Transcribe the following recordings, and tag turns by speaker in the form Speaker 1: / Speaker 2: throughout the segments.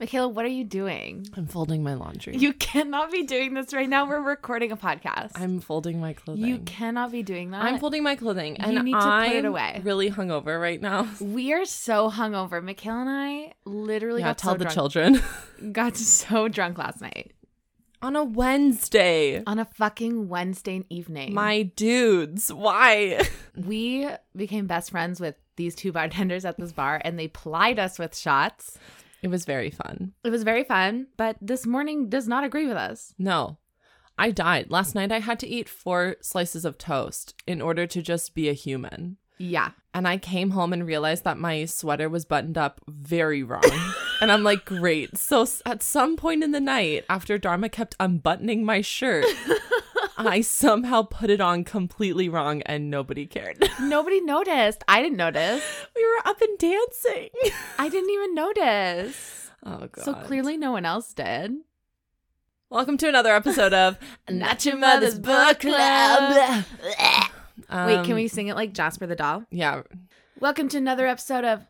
Speaker 1: Michaela, what are you doing?
Speaker 2: I'm folding my laundry.
Speaker 1: You cannot be doing this right now. We're recording a podcast.
Speaker 2: I'm folding my clothing.
Speaker 1: you cannot be doing that.
Speaker 2: I'm folding my clothing, and
Speaker 1: You need to put
Speaker 2: I'm
Speaker 1: it away.
Speaker 2: really hungover right now.
Speaker 1: we are so hungover. Michaela and I literally
Speaker 2: yeah,
Speaker 1: got
Speaker 2: tell
Speaker 1: so
Speaker 2: the
Speaker 1: drunk.
Speaker 2: children.
Speaker 1: Got so drunk last night
Speaker 2: On a Wednesday,
Speaker 1: on a fucking Wednesday evening.
Speaker 2: my dudes, why?
Speaker 1: we became best friends with these two bartenders at this bar, and they plied us with shots.
Speaker 2: It was very fun.
Speaker 1: It was very fun, but this morning does not agree with us.
Speaker 2: No, I died last night. I had to eat four slices of toast in order to just be a human.
Speaker 1: Yeah,
Speaker 2: And I came home and realized that my sweater was buttoned up very wrong. and I'm like, great. So s- at some point in the night, after Dharma kept unbuttoning my shirt, I somehow put it on completely wrong and nobody cared.
Speaker 1: nobody noticed. I didn't notice.
Speaker 2: we were up and dancing.
Speaker 1: I didn't even notice.
Speaker 2: Oh, God.
Speaker 1: So clearly, no one else did.
Speaker 2: Welcome to another episode of Not Your Mother's Book Club.
Speaker 1: Wait, can
Speaker 2: Um,
Speaker 1: we sing it like Jasper the Doll?
Speaker 2: Yeah.
Speaker 1: Welcome to another episode of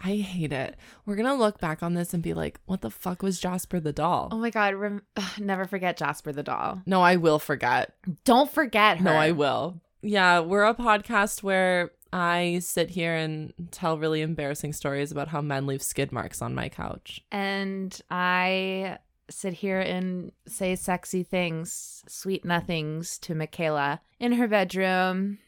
Speaker 2: I hate it. We're going to look back on this and be like, what the fuck was Jasper the doll?
Speaker 1: Oh my God, rem- ugh, never forget Jasper the Doll.
Speaker 2: No, I will forget.
Speaker 1: Don't forget her.
Speaker 2: No, I will. Yeah, we're a podcast where I sit here and tell really embarrassing stories about how men leave skid marks on my couch.
Speaker 1: And I sit here and say sexy things, sweet nothings to Michaela in her bedroom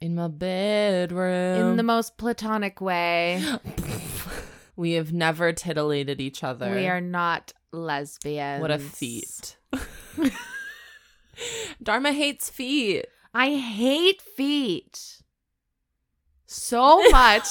Speaker 2: In my bedroom.
Speaker 1: in the most platonic way.
Speaker 2: we have never titillated each other.
Speaker 1: We are not lesbians.
Speaker 2: What a feat. Dharma hates feet.
Speaker 1: I hate feet so much.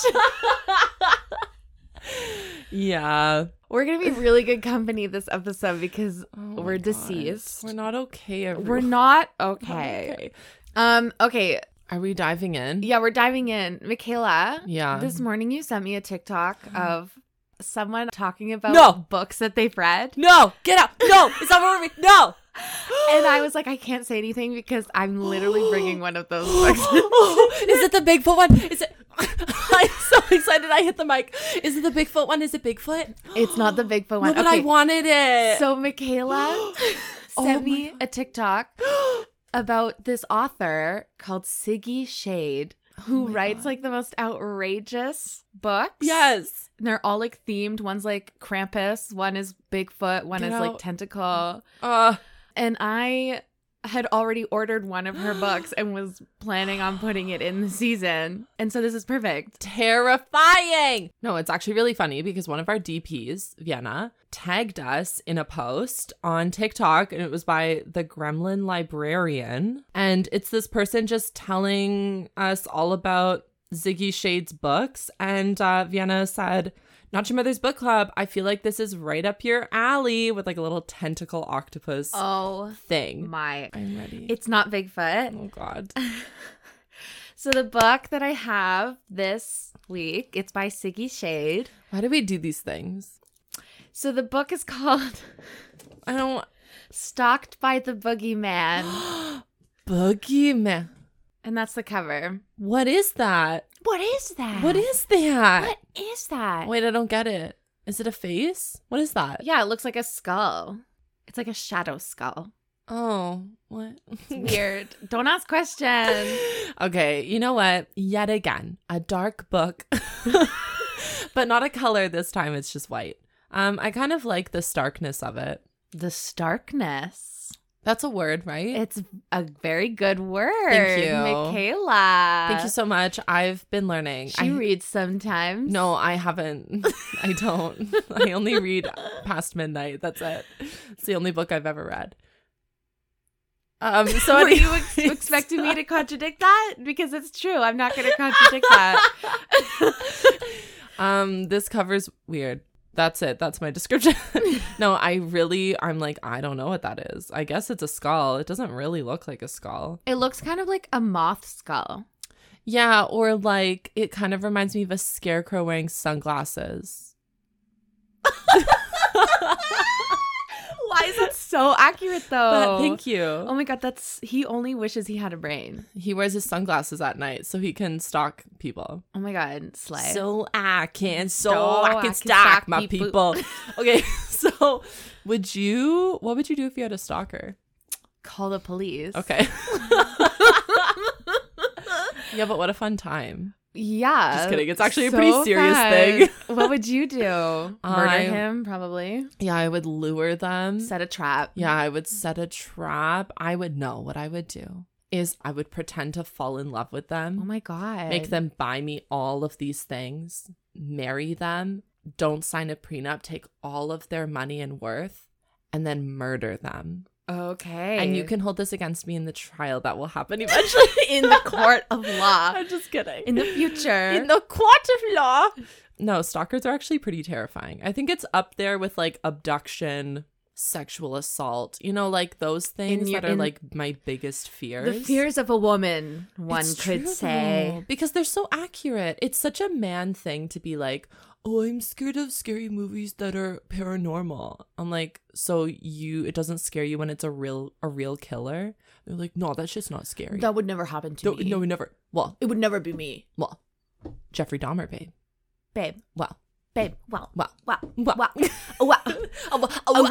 Speaker 2: Yeah.
Speaker 1: We're gonna be really good company this episode because
Speaker 2: Oh my
Speaker 1: We're
Speaker 2: God.
Speaker 1: deceased.
Speaker 2: We're not okay.
Speaker 1: we're
Speaker 2: everyone.
Speaker 1: not
Speaker 2: We're not
Speaker 1: okay. Um, okay,
Speaker 2: Are we diving in?
Speaker 1: yeah, we're diving in. Michaela,
Speaker 2: Yeah.
Speaker 1: this morning you sent me a TikTok of someone talking about
Speaker 2: No.
Speaker 1: books that they've read.
Speaker 2: no, get up. No, it's not over me. No.
Speaker 1: And I was like, I can't say anything because I'm literally bringing one of those books.
Speaker 2: Is it the Bigfoot one? Is it? I'm so excited! I hit the mic. Is it the Bigfoot one? Is it Bigfoot?
Speaker 1: It's not the Bigfoot one.
Speaker 2: No, but I wanted it.
Speaker 1: So Michaela
Speaker 2: Oh
Speaker 1: sent
Speaker 2: my
Speaker 1: me a TikTok about this author called Siggy Shade,
Speaker 2: Oh
Speaker 1: who writes like the most outrageous books.
Speaker 2: yes.
Speaker 1: And they're all like themed. One's like Krampus, one is Bigfoot, one
Speaker 2: Get
Speaker 1: is
Speaker 2: out.
Speaker 1: like Tentacle.
Speaker 2: Uh,
Speaker 1: And I had already ordered one of her books and was planning on putting it in the season. And so this is perfect.
Speaker 2: terrifying. No, it's actually really funny because one of our DPs, Vienna, tagged us in a post on TikTok and it was by the Gremlin Librarian. And it's this person just telling us all about Ziggy Shade's books. And uh, Vienna said, Not Your Mother's Book Club. I feel like this is right up your alley with like a little tentacle octopus
Speaker 1: Oh
Speaker 2: thing.
Speaker 1: my.
Speaker 2: I'm ready.
Speaker 1: It's not Bigfoot.
Speaker 2: oh, God.
Speaker 1: So the book that I have this week, it's by Siggy Shade.
Speaker 2: Why do we do these things?
Speaker 1: So the book is called
Speaker 2: I don't.
Speaker 1: Stalked by the Boogeyman,
Speaker 2: Boogeyman.
Speaker 1: and that's the cover.
Speaker 2: What is that?
Speaker 1: What is that?
Speaker 2: What is that?
Speaker 1: Ah. What is that?
Speaker 2: Wait, I don't get it. Is it a face? What is that?
Speaker 1: Yeah, it looks like a skull. It's like a shadow skull.
Speaker 2: Oh, what?
Speaker 1: Weird. Don't ask questions.
Speaker 2: okay, you know what? Yet again, a dark book, but not a color this time. It's just white. Um, I kind of like the starkness of it.
Speaker 1: The starkness.
Speaker 2: That's a word, right?
Speaker 1: It's a very good word.
Speaker 2: Thank you.
Speaker 1: Michaela.
Speaker 2: Thank you so much. I've been learning.
Speaker 1: uh, She
Speaker 2: I-
Speaker 1: reads sometimes.
Speaker 2: No, I haven't. I don't. I only read past midnight. That's it. It's the only book I've ever read. Um. So
Speaker 1: Were you
Speaker 2: anyways-
Speaker 1: ex- expecting me to contradict that? Because it's true. I'm not going to contradict that.
Speaker 2: um. This cover's weird. That's it. That's my description. no, I really. I'm like. I don't know what that is. I guess it's a skull. It doesn't really look like a skull.
Speaker 1: It looks kind of like a moth skull.
Speaker 2: Yeah. Or like it kind of reminds me of a scarecrow wearing sunglasses.
Speaker 1: Why realize it's so accurate though.
Speaker 2: But thank you.
Speaker 1: Oh my god, that's he only wishes he had a brain.
Speaker 2: He wears his sunglasses at night so he can stalk people.
Speaker 1: Oh my god, slay.
Speaker 2: So I can, so,
Speaker 1: So
Speaker 2: I
Speaker 1: I
Speaker 2: can
Speaker 1: can
Speaker 2: stalk,
Speaker 1: stalk
Speaker 2: my
Speaker 1: people.
Speaker 2: people. okay, so would you? What would you do if you had a stalker?
Speaker 1: Call the police.
Speaker 2: Okay. yeah, but what a fun time.
Speaker 1: Yeah.
Speaker 2: Just kidding. It's actually a pretty serious thing.
Speaker 1: thing. what would you do? Murder
Speaker 2: I-
Speaker 1: him, probably.
Speaker 2: Yeah, I would lure them.
Speaker 1: Set a trap.
Speaker 2: yeah, I would set a trap. I would know what I would do is I would pretend to fall in love with them.
Speaker 1: Oh my god.
Speaker 2: make them buy me all of these things, marry them, don't sign a prenup, take all of their money and worth, and then murder them.
Speaker 1: Okay.
Speaker 2: And you can hold this against me in the trial that will happen eventually
Speaker 1: in the court of law
Speaker 2: I'm just kidding.
Speaker 1: in the future.
Speaker 2: In the court of law. No, stalkers are actually pretty terrifying. I think it's up there with like abduction, sexual assault, you know, like those things
Speaker 1: your-
Speaker 2: that are
Speaker 1: in-
Speaker 2: like my biggest fears.
Speaker 1: The fears of a woman, one
Speaker 2: It's
Speaker 1: could
Speaker 2: true,
Speaker 1: say.
Speaker 2: though, because they're so accurate. It's such a man thing to be like, "Oh, I'm scared of scary movies that are paranormal." I'm like, "So you it doesn't scare you when it's a real a real killer?" They're like, "No, that's just not scary."
Speaker 1: That would never happen to
Speaker 2: no,
Speaker 1: me.
Speaker 2: no, we never. Well,
Speaker 1: It would never be me.
Speaker 2: well, Jeffrey Dahmer, babe.
Speaker 1: Babe,
Speaker 2: Well,
Speaker 1: babe, wow,
Speaker 2: Wow.
Speaker 1: wow,
Speaker 2: Wow.
Speaker 1: wow, wow.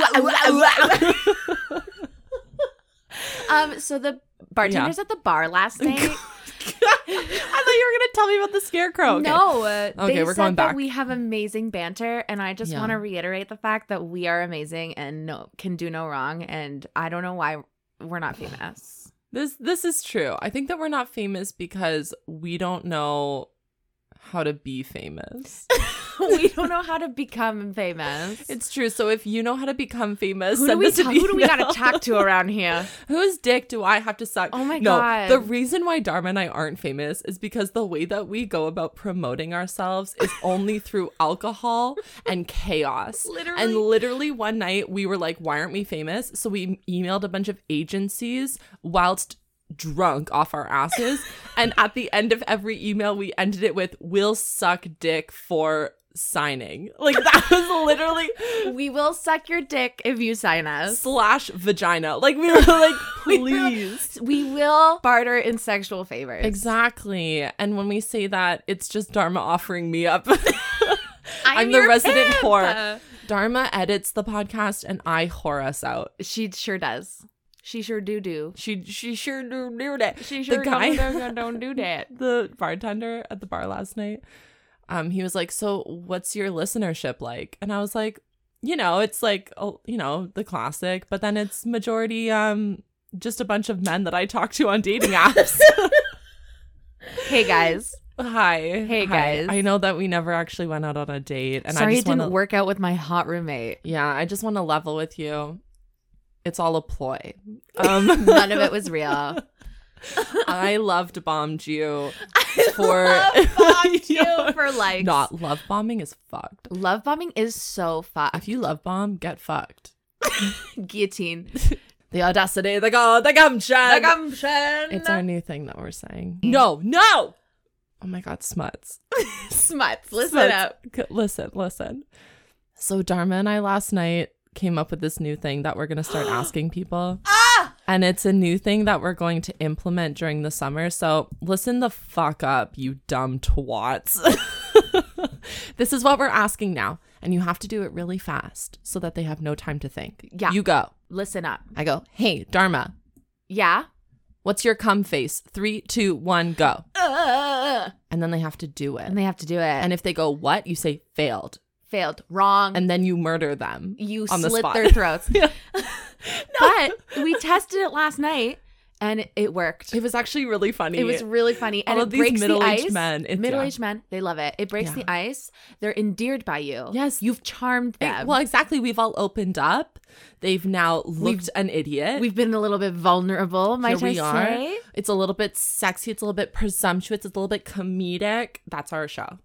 Speaker 1: Um, so the bartenders at the bar last night.
Speaker 2: I thought you were gonna tell me about the scarecrow. Okay.
Speaker 1: No, uh,
Speaker 2: Okay,
Speaker 1: they
Speaker 2: we're
Speaker 1: said
Speaker 2: going
Speaker 1: that
Speaker 2: back.
Speaker 1: we have amazing banter, and I just
Speaker 2: Yeah.
Speaker 1: want to reiterate the fact that we are amazing and no can do no wrong. And I don't know why we're not famous.
Speaker 2: This this is true. I think that we're not famous because we don't know how to be famous.
Speaker 1: we don't know how to become famous.
Speaker 2: it's true. So if you know how to become famous,
Speaker 1: who do
Speaker 2: send
Speaker 1: we
Speaker 2: us an
Speaker 1: ta- who do we
Speaker 2: email.
Speaker 1: gotta talk to around here?
Speaker 2: Whose dick do I have to suck?
Speaker 1: Oh my
Speaker 2: no,
Speaker 1: God.
Speaker 2: The reason why Dharma and I aren't famous is because the way that we go about promoting ourselves is only through alcohol and chaos.
Speaker 1: Literally.
Speaker 2: And literally one night we were like, why aren't we famous? So we emailed a bunch of agencies whilst drunk off our asses. and at the end of every email, we ended it with, we'll suck dick for signing. Like that was literally
Speaker 1: We will suck your dick if you sign us.
Speaker 2: slash vagina. Like we were like,
Speaker 1: We were like,
Speaker 2: please.
Speaker 1: We will barter in sexual favors.
Speaker 2: Exactly. And when we say that, it's just Dharma offering me up. I'm the
Speaker 1: your
Speaker 2: resident
Speaker 1: pimp.
Speaker 2: whore. Dharma edits the podcast and I whore us out.
Speaker 1: She sure does. She sure do do.
Speaker 2: She she sure do do that.
Speaker 1: She sure
Speaker 2: the guy
Speaker 1: don't, don't, don't do that.
Speaker 2: the bartender at the bar last night, um, he was like, So what's your listenership like? And I was like, you know, it's like oh, you know, the classic, but then it's majority um just a bunch of men that I talk to on dating apps.
Speaker 1: Hey guys,
Speaker 2: Hi.
Speaker 1: Hey,
Speaker 2: Hi.
Speaker 1: guys.
Speaker 2: I know that we never actually went out on a date and I
Speaker 1: sorry it
Speaker 2: just
Speaker 1: didn't
Speaker 2: wanna,
Speaker 1: work out with my hot roommate.
Speaker 2: Yeah, I just want to level with you. It's all a ploy. Um
Speaker 1: None of it was real.
Speaker 2: I loved bombed you for
Speaker 1: Fuck
Speaker 2: Yeah.
Speaker 1: you for like
Speaker 2: not love bombing is fucked.
Speaker 1: Love bombing is so fucked.
Speaker 2: If you love bomb, get fucked.
Speaker 1: Guillotine.
Speaker 2: The audacity, the god, the gumption.
Speaker 1: It's
Speaker 2: it's our new thing that we're saying. No, no. Oh my god, smuts.
Speaker 1: smuts. Listen
Speaker 2: Smuts.
Speaker 1: up.
Speaker 2: C- Listen, listen. So Dharma and I last night came up with this new thing that we're going to start asking people.
Speaker 1: Ah!
Speaker 2: And it's a new thing that we're going to implement during the summer. So listen the fuck up, you dumb twats. this is what we're asking now. And you have to do it really fast so that they have no time to think.
Speaker 1: Yeah.
Speaker 2: You go.
Speaker 1: Listen up.
Speaker 2: I go, hey, Dharma,
Speaker 1: Yeah.
Speaker 2: what's your cum face? Three, two, one, go. And then they have to do it.
Speaker 1: and they have to do it.
Speaker 2: Uh. And
Speaker 1: And
Speaker 2: if they go, what? You say failed.
Speaker 1: failed. Wrong.
Speaker 2: And then you murder them.
Speaker 1: you
Speaker 2: on the
Speaker 1: slit
Speaker 2: spot.
Speaker 1: their throats.
Speaker 2: Yeah.
Speaker 1: But we tested it last night and it worked.
Speaker 2: It was actually really funny.
Speaker 1: It was really funny. And
Speaker 2: All
Speaker 1: it
Speaker 2: of these
Speaker 1: breaks the
Speaker 2: middle-aged
Speaker 1: ice.
Speaker 2: men, it's-
Speaker 1: middle-aged men, they love it. It breaks
Speaker 2: Yeah.
Speaker 1: the ice. They're endeared by you.
Speaker 2: Yes.
Speaker 1: You've charmed
Speaker 2: It-
Speaker 1: them.
Speaker 2: well, exactly. We've all opened up. They've now looked an idiot.
Speaker 1: We've been a little bit vulnerable, might
Speaker 2: Here we
Speaker 1: I
Speaker 2: are.
Speaker 1: say.
Speaker 2: It's a little bit sexy. It's a little bit presumptuous. It's a little bit comedic. That's our show.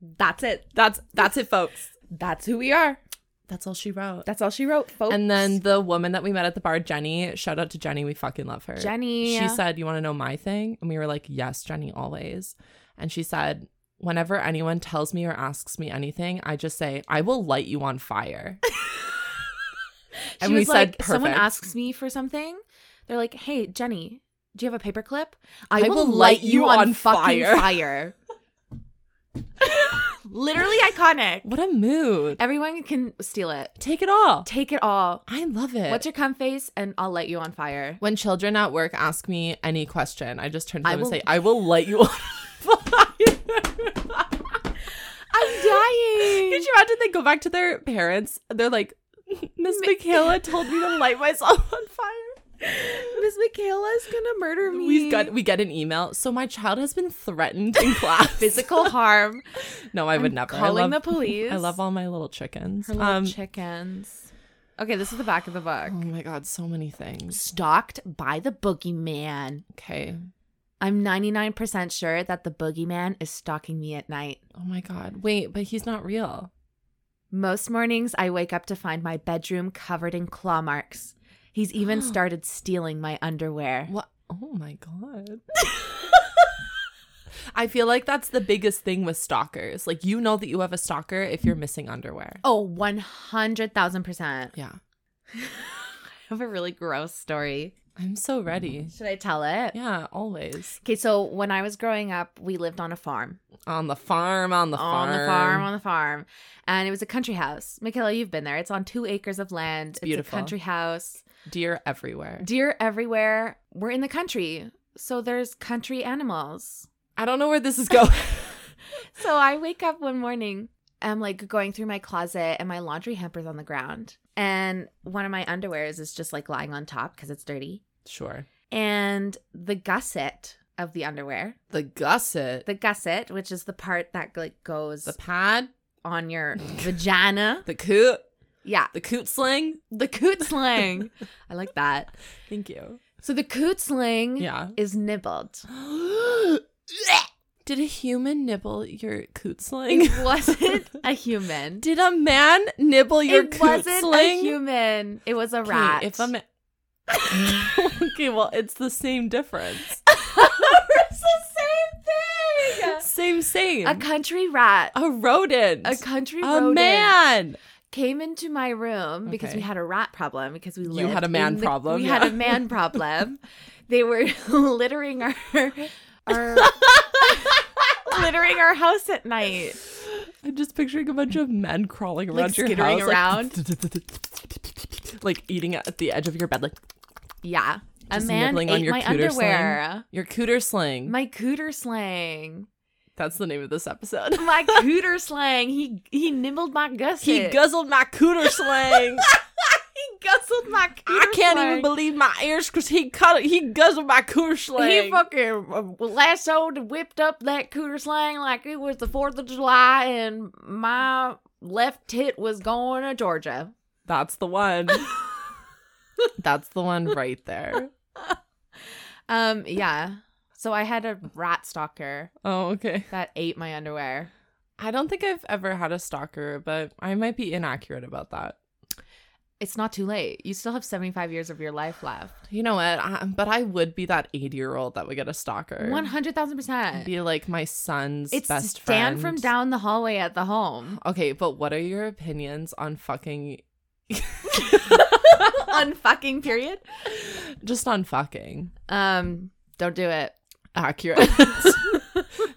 Speaker 1: That's it.
Speaker 2: That's that's it, folks.
Speaker 1: That's who we are.
Speaker 2: That's all she wrote.
Speaker 1: That's all she wrote, folks.
Speaker 2: And then the woman that we met at the bar, Jenny. Shout out to Jenny. We fucking love her.
Speaker 1: Jenny.
Speaker 2: She said, "You want to know my thing?" And we were like, "Yes, Jenny, always." And she said, "Whenever anyone tells me or asks me anything, I just say I will light you on fire." And
Speaker 1: she
Speaker 2: we
Speaker 1: was
Speaker 2: said
Speaker 1: like, someone
Speaker 2: perfect.
Speaker 1: asks me for something. They're like, hey, Jenny, do you have a paperclip?
Speaker 2: I will light you on
Speaker 1: fucking
Speaker 2: fire."
Speaker 1: fire. Literally iconic.
Speaker 2: What a mood.
Speaker 1: Everyone can steal it.
Speaker 2: Take it all.
Speaker 1: Take it all.
Speaker 2: I love it.
Speaker 1: What's your cum face? And I'll light you on fire.
Speaker 2: when children at work ask me any question, I just turn to
Speaker 1: I
Speaker 2: them and
Speaker 1: will-
Speaker 2: say, I will light you on fire.
Speaker 1: I'm dying.
Speaker 2: Could you imagine they go back to their parents? They're like, Miss Michaela told me to light myself on fire.
Speaker 1: Miss Michaela's gonna murder me.
Speaker 2: We got we get an email. So my child has been threatened in class.
Speaker 1: physical harm.
Speaker 2: No, I would
Speaker 1: I'm
Speaker 2: never. I
Speaker 1: Calling
Speaker 2: love,
Speaker 1: the police.
Speaker 2: I love all my little chickens.
Speaker 1: her little
Speaker 2: um,
Speaker 1: chickens. Okay, this is the back of the book.
Speaker 2: oh my god, so many things.
Speaker 1: Stalked by the boogeyman.
Speaker 2: Okay.
Speaker 1: I'm 99% sure that the boogeyman is stalking me at night.
Speaker 2: Oh my god. Wait, but he's not real.
Speaker 1: Most mornings, I wake up to find my bedroom covered in claw marks. He's even started stealing my underwear.
Speaker 2: What? Oh my god. I feel like that's the biggest thing with stalkers. Like you know that you have a stalker if you're missing underwear.
Speaker 1: Oh, 100,000%. I
Speaker 2: Yeah.
Speaker 1: have a really gross story.
Speaker 2: I'm so ready.
Speaker 1: Should I tell it?
Speaker 2: Yeah, always.
Speaker 1: Okay, so when I was growing up, we lived on a farm.
Speaker 2: On the farm, on the farm.
Speaker 1: on the farm, on the farm. And it was a country house. Michaela, you've been there. It's on two acres of land. It's,
Speaker 2: beautiful.
Speaker 1: a country house.
Speaker 2: Deer everywhere.
Speaker 1: Deer everywhere. We're in the country. So there's country animals.
Speaker 2: I don't know where this is going.
Speaker 1: So I wake up one morning. I'm like going through my closet and my laundry hamper's on the ground. And one of my underwears is just like lying on top because it's dirty.
Speaker 2: sure.
Speaker 1: And the gusset of the underwear,
Speaker 2: The gusset. The,
Speaker 1: the gusset, which is the part that like goes
Speaker 2: pad.
Speaker 1: on your vagina.
Speaker 2: The coot.
Speaker 1: Yeah.
Speaker 2: The coot sling.
Speaker 1: The coot sling. I like that.
Speaker 2: Thank you.
Speaker 1: So the coot sling
Speaker 2: Yeah.
Speaker 1: is nibbled.
Speaker 2: Did a human nibble your coot sling?
Speaker 1: It wasn't a human.
Speaker 2: Did a man nibble your
Speaker 1: it
Speaker 2: coot
Speaker 1: wasn't
Speaker 2: sling?
Speaker 1: a human. It was a
Speaker 2: Okay,
Speaker 1: rat.
Speaker 2: If a man. okay, well, it's the same difference.
Speaker 1: it's the same thing.
Speaker 2: Same, same.
Speaker 1: A country rat,
Speaker 2: a rodent.
Speaker 1: a country
Speaker 2: A
Speaker 1: rodent
Speaker 2: man.
Speaker 1: came into my room because
Speaker 2: Okay.
Speaker 1: we had a rat problem because we
Speaker 2: You
Speaker 1: lived
Speaker 2: had a man
Speaker 1: in the-
Speaker 2: problem,
Speaker 1: We
Speaker 2: yeah.
Speaker 1: had a man problem. they were littering our our littering our house at night.
Speaker 2: I'm just picturing a bunch of men crawling around
Speaker 1: Like
Speaker 2: your
Speaker 1: skittering
Speaker 2: house, like, like eating at the edge of your bed, like
Speaker 1: Yeah. A
Speaker 2: Just
Speaker 1: man
Speaker 2: nibbling
Speaker 1: ate
Speaker 2: on your
Speaker 1: my
Speaker 2: cooter sling.
Speaker 1: underwear.
Speaker 2: your cooter sling.
Speaker 1: My cooter slang.
Speaker 2: That's the name of this episode.
Speaker 1: My cooter slang. He he nibbled my gusset.
Speaker 2: He guzzled my cooter sling.
Speaker 1: He guzzled my cooter
Speaker 2: I can't
Speaker 1: slang.
Speaker 2: even believe my ears because he cut it. He guzzled my cooter sling.
Speaker 1: He fucking uh, lassoed and whipped up that cooter slang like it was the 4th of July and my left tit was going to Georgia.
Speaker 2: That's the one. That's the one right there.
Speaker 1: Um, yeah. So I had a rat stalker
Speaker 2: Oh, okay.
Speaker 1: that ate my underwear.
Speaker 2: I don't think I've ever had a stalker, but I might be inaccurate about that.
Speaker 1: It's not too late. You still have 75 years of your life left.
Speaker 2: You know what? I, but I would be that 80 year old that would get a stalker.
Speaker 1: 100,000%.
Speaker 2: Be like my son's
Speaker 1: It's
Speaker 2: best
Speaker 1: Dan
Speaker 2: friend.
Speaker 1: from down the hallway at the home.
Speaker 2: Okay, but what are your opinions on fucking.
Speaker 1: on fucking period.
Speaker 2: just on fucking.
Speaker 1: Um, don't do it.
Speaker 2: Accurate.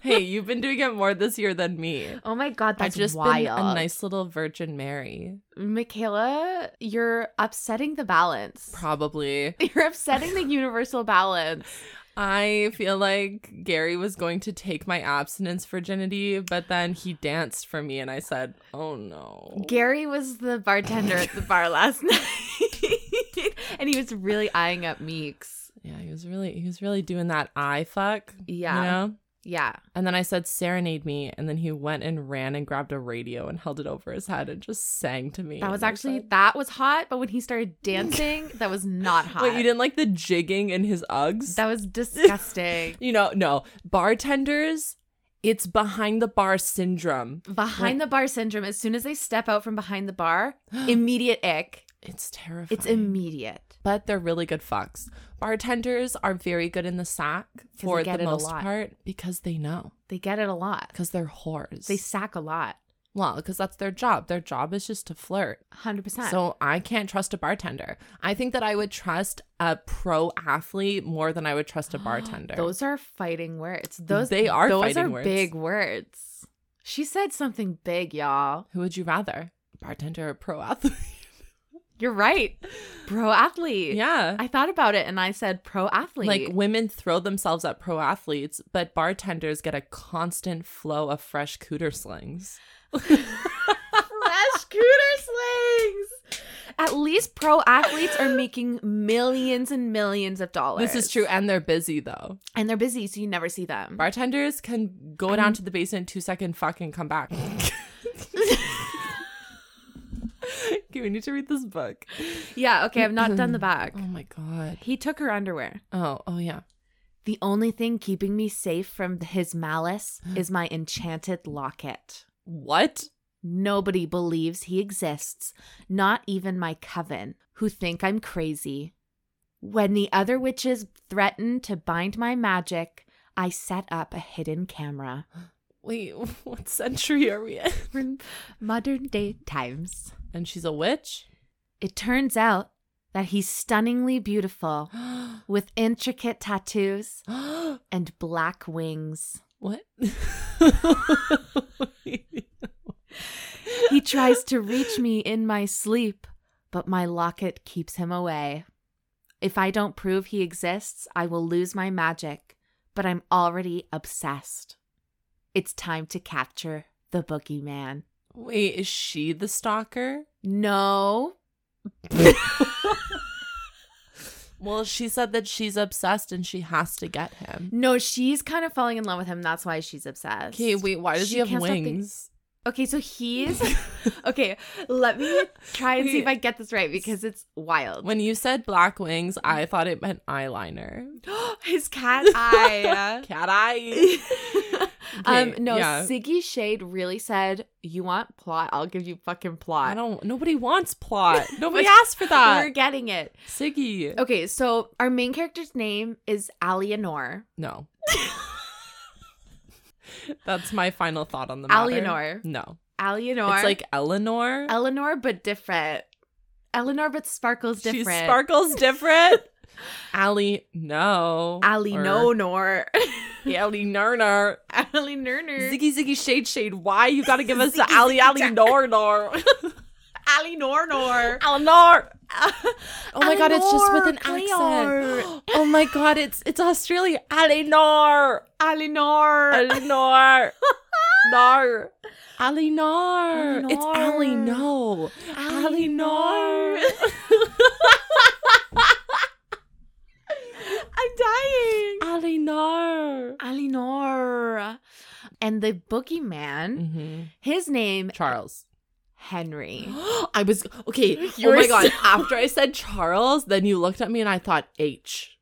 Speaker 2: hey, you've been doing it more this year than me.
Speaker 1: Oh my god,
Speaker 2: I've
Speaker 1: that's
Speaker 2: just
Speaker 1: wild.
Speaker 2: been a nice little Virgin Mary.
Speaker 1: Michaela, you're upsetting the balance.
Speaker 2: Probably.
Speaker 1: you're upsetting the universal balance.
Speaker 2: I feel like Gary was going to take my abstinence virginity, but then he danced for me and I said, oh no.
Speaker 1: Gary was the bartender at the bar last night, and he was really eyeing up Meeks.
Speaker 2: Yeah, he was really he was really doing that eye fuck.
Speaker 1: Yeah.
Speaker 2: You know?
Speaker 1: Yeah,
Speaker 2: And then I said serenade me, and then he went and ran and grabbed a radio and held it over his head and just sang to me.
Speaker 1: that was
Speaker 2: And I
Speaker 1: actually
Speaker 2: said-
Speaker 1: that was hot. But when he started dancing, that was not hot.
Speaker 2: Wait, you didn't like the jigging in his Uggs?
Speaker 1: That was disgusting.
Speaker 2: you know, no. Bartenders, it's behind the bar syndrome.
Speaker 1: behind the bar syndrome. As soon as they step out from behind the bar, immediate ick.
Speaker 2: It's terrifying.
Speaker 1: It's immediate.
Speaker 2: but they're really good fucks. Bartenders are very good in the sack for
Speaker 1: they get
Speaker 2: the
Speaker 1: it a
Speaker 2: most
Speaker 1: lot.
Speaker 2: part because they know,
Speaker 1: They get it a lot.
Speaker 2: because they're whores.
Speaker 1: They sack a lot.
Speaker 2: Well, because that's their job. Their job is just to flirt.
Speaker 1: 100%.
Speaker 2: So I can't trust a bartender. I think that I would trust a pro athlete more than I would trust a bartender.
Speaker 1: Those are fighting words. Those
Speaker 2: They are
Speaker 1: those
Speaker 2: fighting
Speaker 1: are
Speaker 2: words.
Speaker 1: big words. She said something big, y'all.
Speaker 2: Who would you rather? Bartender or pro athlete?
Speaker 1: You're right. Pro athlete.
Speaker 2: yeah.
Speaker 1: I thought about it and I said pro athlete.
Speaker 2: like women throw themselves at pro athletes, but bartenders get a constant flow of fresh cooter slings.
Speaker 1: Flash cooter slings. At least pro athletes are making millions and millions of dollars.
Speaker 2: This is true, and they're busy though.
Speaker 1: And they're busy, so you never see them.
Speaker 2: Bartenders can go down to the basement two second fuck and come back. okay, we need to read this book.
Speaker 1: yeah, okay, I've not done the back.
Speaker 2: Oh my god.
Speaker 1: He took her underwear.
Speaker 2: Oh, oh yeah.
Speaker 1: The only thing keeping me safe from his malice is my enchanted locket.
Speaker 2: What?
Speaker 1: Nobody believes he exists, not even my coven, who think I'm crazy. When the other witches threaten to bind my magic, I set up a hidden camera.
Speaker 2: Wait, what century are we in?
Speaker 1: We're in modern day times.
Speaker 2: And she's a witch?
Speaker 1: It turns out that he's stunningly beautiful, with intricate tattoos and black wings.
Speaker 2: what?
Speaker 1: He tries to reach me in my sleep, but my locket keeps him away. If I don't prove he exists, I will lose my magic, but I'm already obsessed. It's time to capture the boogeyman.
Speaker 2: Wait, is she the stalker?
Speaker 1: No.
Speaker 2: Well, she said that she's obsessed and she has to get him.
Speaker 1: No, she's kind of falling in love with him. That's why she's obsessed.
Speaker 2: Okay, wait, why does
Speaker 1: She
Speaker 2: he have
Speaker 1: can't stop
Speaker 2: wings?
Speaker 1: Okay, so he's. okay, let me try and see if I get this right because it's wild.
Speaker 2: When you said black wings, I thought it meant eyeliner.
Speaker 1: His cat eye.
Speaker 2: Cat eye.
Speaker 1: um,
Speaker 2: Okay,
Speaker 1: no,
Speaker 2: yeah.
Speaker 1: Siggy Shade really said, "You want plot? I'll give you fucking
Speaker 2: I
Speaker 1: plot."
Speaker 2: don't nobody wants plot. Nobody
Speaker 1: We're-
Speaker 2: asked for
Speaker 1: We're
Speaker 2: that.
Speaker 1: getting it.
Speaker 2: Siggy.
Speaker 1: Okay, so our main character's name is Alienor.
Speaker 2: No. That's my final thought on the matter.
Speaker 1: Alienor.
Speaker 2: No.
Speaker 1: Alienor.
Speaker 2: It's like Eleanor.
Speaker 1: Eleanor, but different. Eleanor, but sparkles
Speaker 2: she
Speaker 1: different.
Speaker 2: sparkles different. Ali, no. Or-
Speaker 1: Alienor.
Speaker 2: Ali Narnar.
Speaker 1: Alienor.
Speaker 2: Ziggy Ziggy Shade Shade. Why you gotta give us the
Speaker 1: Ziggy,
Speaker 2: Ali
Speaker 1: ziggy,
Speaker 2: Ali
Speaker 1: zack.
Speaker 2: Narnar?
Speaker 1: Alienor.
Speaker 2: Eleanor. Oh my god, it's just with an
Speaker 1: Eleanor,
Speaker 2: accent. Oh my god, it's it's Australia. Eleanor.
Speaker 1: Alienor.
Speaker 2: Eleanor. Nar. Alinar. It's
Speaker 1: Eleanor.
Speaker 2: Ali
Speaker 1: Alienor.
Speaker 2: No. Alinar.
Speaker 1: I'm dying.
Speaker 2: Alinar.
Speaker 1: Alienor. And the boogeyman,
Speaker 2: Mm-hmm.
Speaker 1: his name
Speaker 2: Charles.
Speaker 1: Henry. Oh
Speaker 2: I was okay.
Speaker 1: You
Speaker 2: oh
Speaker 1: were
Speaker 2: my god!
Speaker 1: so-
Speaker 2: After I said Charles, then you looked at me and I thought H.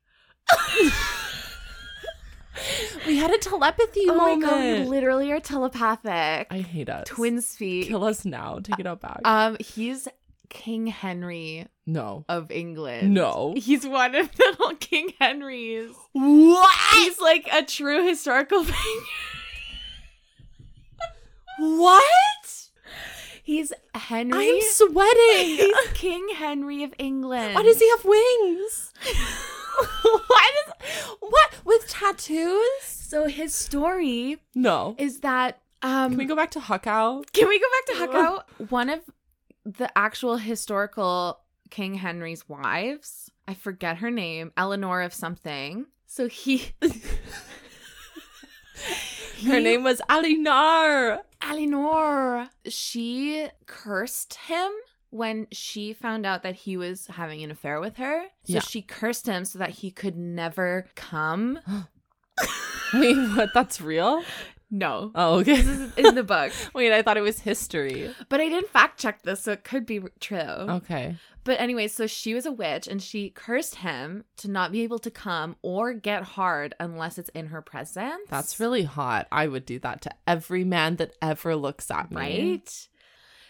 Speaker 2: we had a telepathy
Speaker 1: Oh my
Speaker 2: moment.
Speaker 1: god, you literally are telepathic.
Speaker 2: I hate us.
Speaker 1: Twin speak.
Speaker 2: kill us now. Take it out back.
Speaker 1: Um, he's King Henry
Speaker 2: no,
Speaker 1: of England.
Speaker 2: no.
Speaker 1: He's one of the King Henrys.
Speaker 2: What?
Speaker 1: He's like a true historical figure.
Speaker 2: What?
Speaker 1: He's Henry.
Speaker 2: I'm sweating.
Speaker 1: He's King Henry of England.
Speaker 2: Why does he have wings? Why does what with tattoos?
Speaker 1: So his story
Speaker 2: No.
Speaker 1: is that um
Speaker 2: Can we go back to Huckow?
Speaker 1: Can we go back to Hucko? One of the actual historical King Henry's wives, I forget her name, Eleanor of something. So he.
Speaker 2: Her name was Alinar.
Speaker 1: Eleanor. She cursed him when she found out that he was having an affair with her. So
Speaker 2: Yeah.
Speaker 1: she cursed him so that he could never come.
Speaker 2: Wait, what? That's real?
Speaker 1: No.
Speaker 2: Oh, okay.
Speaker 1: This is in the book.
Speaker 2: Wait, I thought it was history.
Speaker 1: But I didn't fact check this, so it could be true.
Speaker 2: Okay.
Speaker 1: But anyway, so she was a witch and she cursed him to not be able to come or get hard unless it's in her presence.
Speaker 2: That's really hot. I would do that to every man that ever looks at me.
Speaker 1: right.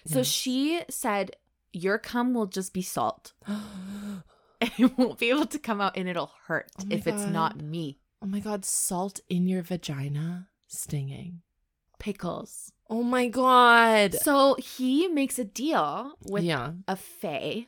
Speaker 1: So
Speaker 2: Yeah.
Speaker 1: she said, Your cum will just be salt.
Speaker 2: oh
Speaker 1: It won't be able to come out and it'll hurt
Speaker 2: Oh my
Speaker 1: if it's
Speaker 2: God.
Speaker 1: not me.
Speaker 2: Oh my god, salt in your vagina. Stinging.
Speaker 1: Pickles.
Speaker 2: Oh my god.
Speaker 1: So he makes a deal with
Speaker 2: yeah.
Speaker 1: a fae,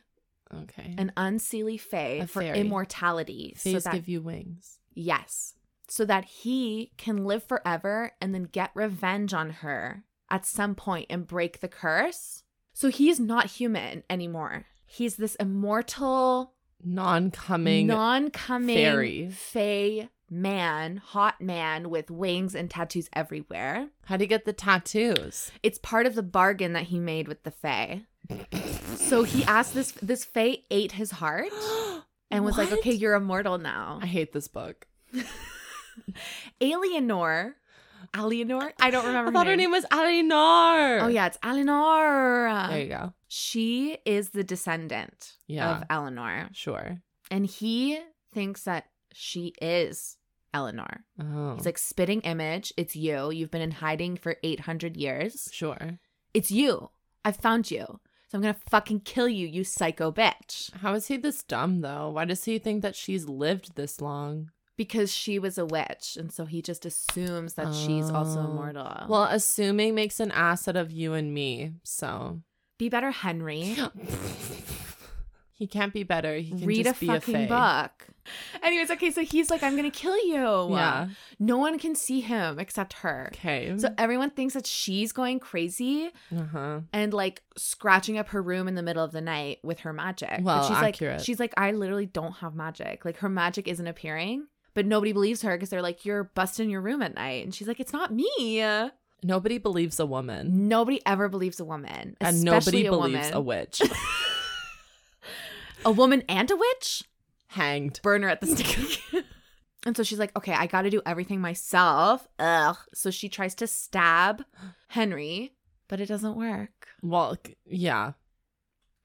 Speaker 2: Okay.
Speaker 1: an unseelie fae,
Speaker 2: A
Speaker 1: for
Speaker 2: fairy.
Speaker 1: immortality. so
Speaker 2: Fays
Speaker 1: that,
Speaker 2: give you wings.
Speaker 1: yes, so that he can live forever and then get revenge on her at some point and break the curse. So he's not human anymore. He's this immortal,
Speaker 2: Non-coming.
Speaker 1: non-coming
Speaker 2: fairy.
Speaker 1: fae man, hot man with wings and tattoos everywhere.
Speaker 2: How do you get the tattoos?
Speaker 1: It's part of the bargain that he made with the fae. So he asked this this fae ate his heart and was like,
Speaker 2: What?
Speaker 1: "Okay, you're immortal now."
Speaker 2: I hate this book.
Speaker 1: Alienor, Alienor, I don't remember.
Speaker 2: I thought her name was Alinar.
Speaker 1: Oh yeah, it's Alienor.
Speaker 2: There you go.
Speaker 1: She is the descendant
Speaker 2: Yeah.
Speaker 1: of Eleanor,
Speaker 2: Sure.
Speaker 1: and he thinks that she is Eleanor.
Speaker 2: Oh.
Speaker 1: He's like spitting image. It's you. You've been in hiding for eight hundred years.
Speaker 2: sure.
Speaker 1: It's you. I found you. So I'm gonna fucking kill you, you psycho bitch.
Speaker 2: How is he this dumb though? Why does he think that she's lived this long?
Speaker 1: Because she was a witch, and so he just assumes that she's also
Speaker 2: Oh.
Speaker 1: immortal.
Speaker 2: Well, assuming makes an asset of you and me. So
Speaker 1: be better, Henry.
Speaker 2: he can't be better. He can
Speaker 1: Read a
Speaker 2: just be
Speaker 1: fucking
Speaker 2: a fae.
Speaker 1: book. Anyways, okay, so he's like, I'm gonna kill you.
Speaker 2: Yeah.
Speaker 1: No one can see him except her.
Speaker 2: Okay.
Speaker 1: So everyone thinks that she's going crazy
Speaker 2: uh huh.
Speaker 1: and like scratching up her room in the middle of the night with her magic. But
Speaker 2: Well,
Speaker 1: she's
Speaker 2: accurate.
Speaker 1: like she's like, I literally don't have magic. Like her magic isn't appearing, but nobody believes her because they're like, You're busting your room at night. And she's like, It's not me.
Speaker 2: Nobody believes a woman,
Speaker 1: Nobody ever believes a woman.
Speaker 2: and nobody
Speaker 1: especially a
Speaker 2: believes
Speaker 1: woman.
Speaker 2: a witch.
Speaker 1: a woman and a witch?
Speaker 2: Hanged.
Speaker 1: burn her at the stake. and so she's like, okay, I gotta do everything myself. Ugh. So she tries to stab Henry, but it doesn't work.
Speaker 2: Well, c- yeah.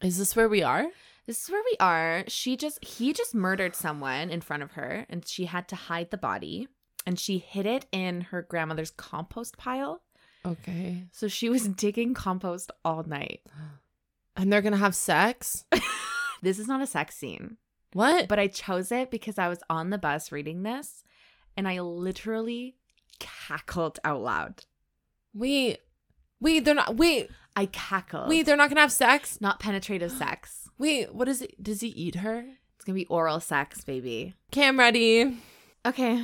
Speaker 2: Is this where we are?
Speaker 1: This is where we are. She just, he just murdered someone in front of her and she had to hide the body and she hid it in her grandmother's compost pile.
Speaker 2: Okay.
Speaker 1: So she was digging compost all night.
Speaker 2: And they're gonna have sex.
Speaker 1: This is not a sex scene,
Speaker 2: What?
Speaker 1: but I chose it because I was on the bus reading this and I literally cackled out loud.
Speaker 2: Wait, wait, they're not. Wait,
Speaker 1: I cackled.
Speaker 2: wait, they're not gonna have sex.
Speaker 1: not penetrative sex.
Speaker 2: Wait, what is it? Does he eat her?
Speaker 1: It's gonna be oral sex, baby.
Speaker 2: Cam ready.
Speaker 1: Okay.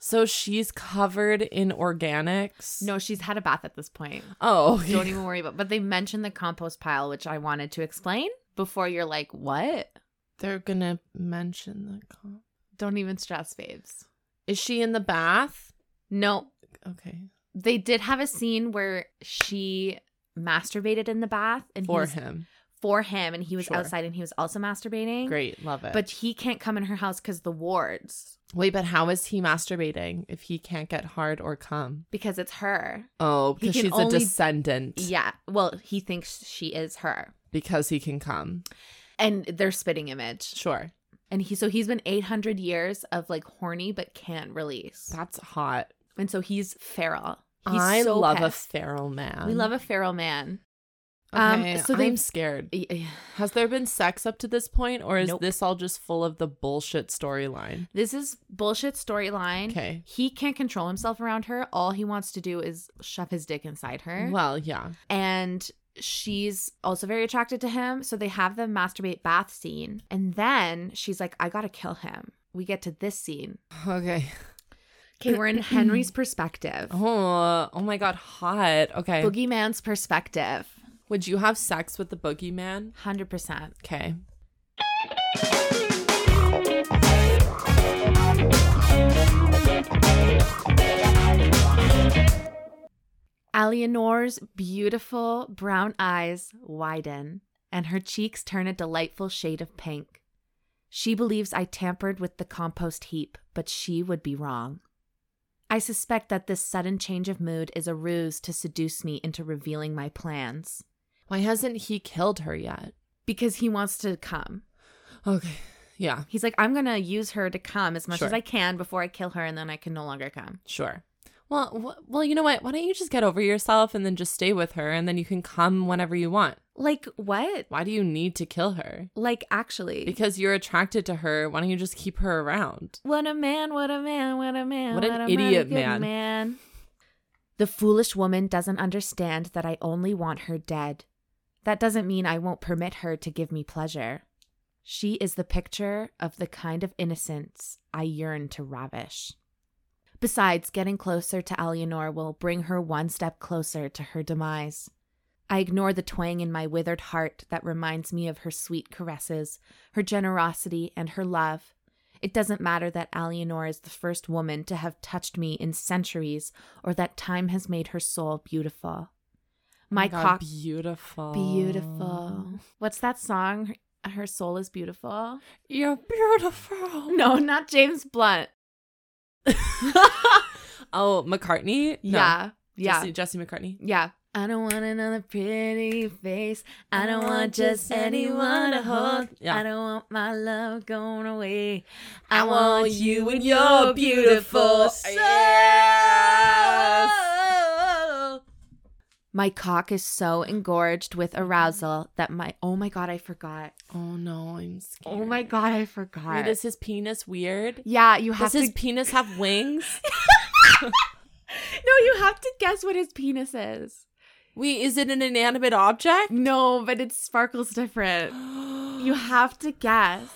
Speaker 2: So she's covered in organics.
Speaker 1: No, she's had a bath at this point.
Speaker 2: Oh, okay.
Speaker 1: Don't even worry about. But they mentioned the compost pile, which I wanted to explain before you're like, "What?"
Speaker 2: they're gonna mention the. Com-
Speaker 1: Don't even stress, babes.
Speaker 2: is she in the bath?
Speaker 1: No,
Speaker 2: Okay.
Speaker 1: they did have a scene where she masturbated in the bath and he
Speaker 2: For
Speaker 1: was,
Speaker 2: him.
Speaker 1: for him, and he was
Speaker 2: Sure.
Speaker 1: outside and he was also masturbating.
Speaker 2: Great, love it.
Speaker 1: But he can't come in her house because the wards,
Speaker 2: wait, but how is he masturbating if he can't get hard or come?
Speaker 1: because it's her.
Speaker 2: Oh,
Speaker 1: He
Speaker 2: because
Speaker 1: can
Speaker 2: she's a
Speaker 1: only-
Speaker 2: descendant.
Speaker 1: Yeah. Well, he thinks she is her,
Speaker 2: Because he can come.
Speaker 1: and they're spitting image.
Speaker 2: Sure.
Speaker 1: And he so he's been 800 years of like horny but can't release.
Speaker 2: That's hot.
Speaker 1: And so he's feral. He's
Speaker 2: I
Speaker 1: so
Speaker 2: love a
Speaker 1: pissed.
Speaker 2: feral man.
Speaker 1: We love a feral man. um,
Speaker 2: Okay,
Speaker 1: so
Speaker 2: so
Speaker 1: they-
Speaker 2: I'm scared.
Speaker 1: Y- y-
Speaker 2: Has there been sex up to this point, or is
Speaker 1: Nope.
Speaker 2: this all just full of the bullshit storyline?
Speaker 1: This is bullshit storyline.
Speaker 2: Okay.
Speaker 1: He can't control himself around her. All he wants to do is shove his dick inside her.
Speaker 2: Well, yeah.
Speaker 1: and she's also very attracted to him. So they have the masturbate bath scene. And then she's like, I gotta kill him. We get to this scene.
Speaker 2: Okay.
Speaker 1: Okay, we're in Henry's perspective.
Speaker 2: Oh, oh my god, hot. Okay.
Speaker 1: Boogeyman's perspective.
Speaker 2: Would you have sex with the boogeyman?
Speaker 1: 100%.
Speaker 2: Okay.
Speaker 1: Eleanor's beautiful brown eyes widen and her cheeks turn a delightful shade of pink. She believes I tampered with the compost heap, but she would be wrong. I suspect that this sudden change of mood is a ruse to seduce me into revealing my plans
Speaker 2: Why hasn't he killed her yet?
Speaker 1: because he wants to come.
Speaker 2: Okay. Yeah.
Speaker 1: He's like, I'm going to use her to come as much
Speaker 2: Sure.
Speaker 1: as I can before I kill her, and then I can no longer come.
Speaker 2: Sure. Well, wh- well, you know what? Why don't you just get over yourself and then just stay with her, and then you can come whenever you want.
Speaker 1: Like, what?
Speaker 2: Why do you need to kill her?
Speaker 1: Like, actually.
Speaker 2: Because you're attracted to her. Why don't you just keep her around?
Speaker 1: What a man, what a man, what a man.
Speaker 2: What an
Speaker 1: a
Speaker 2: idiot
Speaker 1: mighty good
Speaker 2: man.
Speaker 1: man. The foolish woman doesn't understand that I only want her dead. That doesn't mean I won't permit her to give me pleasure. She is the picture of the kind of innocence I yearn to ravish. Besides, getting closer to Eleanor will bring her one step closer to her demise. I ignore the twang in my withered heart that reminds me of her sweet caresses, her generosity, and her love. It doesn't matter that Eleanor is the first woman to have touched me in centuries or that time has made her soul beautiful. My
Speaker 2: Oh God,
Speaker 1: cock
Speaker 2: beautiful.
Speaker 1: beautiful. What's that song? Her soul is beautiful.
Speaker 2: You're beautiful.
Speaker 1: No, not James Blunt.
Speaker 2: oh, McCartney? No.
Speaker 1: Yeah. Yeah.
Speaker 2: Jesse, Jesse McCartney.
Speaker 1: Yeah. I don't want another pretty face. I don't want Oh, just anyone to hold.
Speaker 2: Yeah.
Speaker 1: I don't want my love going away.
Speaker 2: I want you and your beautiful soul.
Speaker 1: My cock is so engorged with arousal that my oh my god, I forgot.
Speaker 2: Oh no, I'm scared.
Speaker 1: Oh my god, I
Speaker 2: Wait,
Speaker 1: forgot.
Speaker 2: is his penis weird?
Speaker 1: yeah, you have
Speaker 2: Does
Speaker 1: to
Speaker 2: his penis have wings?
Speaker 1: No, you have to guess what his penis is.
Speaker 2: Wait, is it an inanimate object?
Speaker 1: No, but it sparkles different. You have to guess.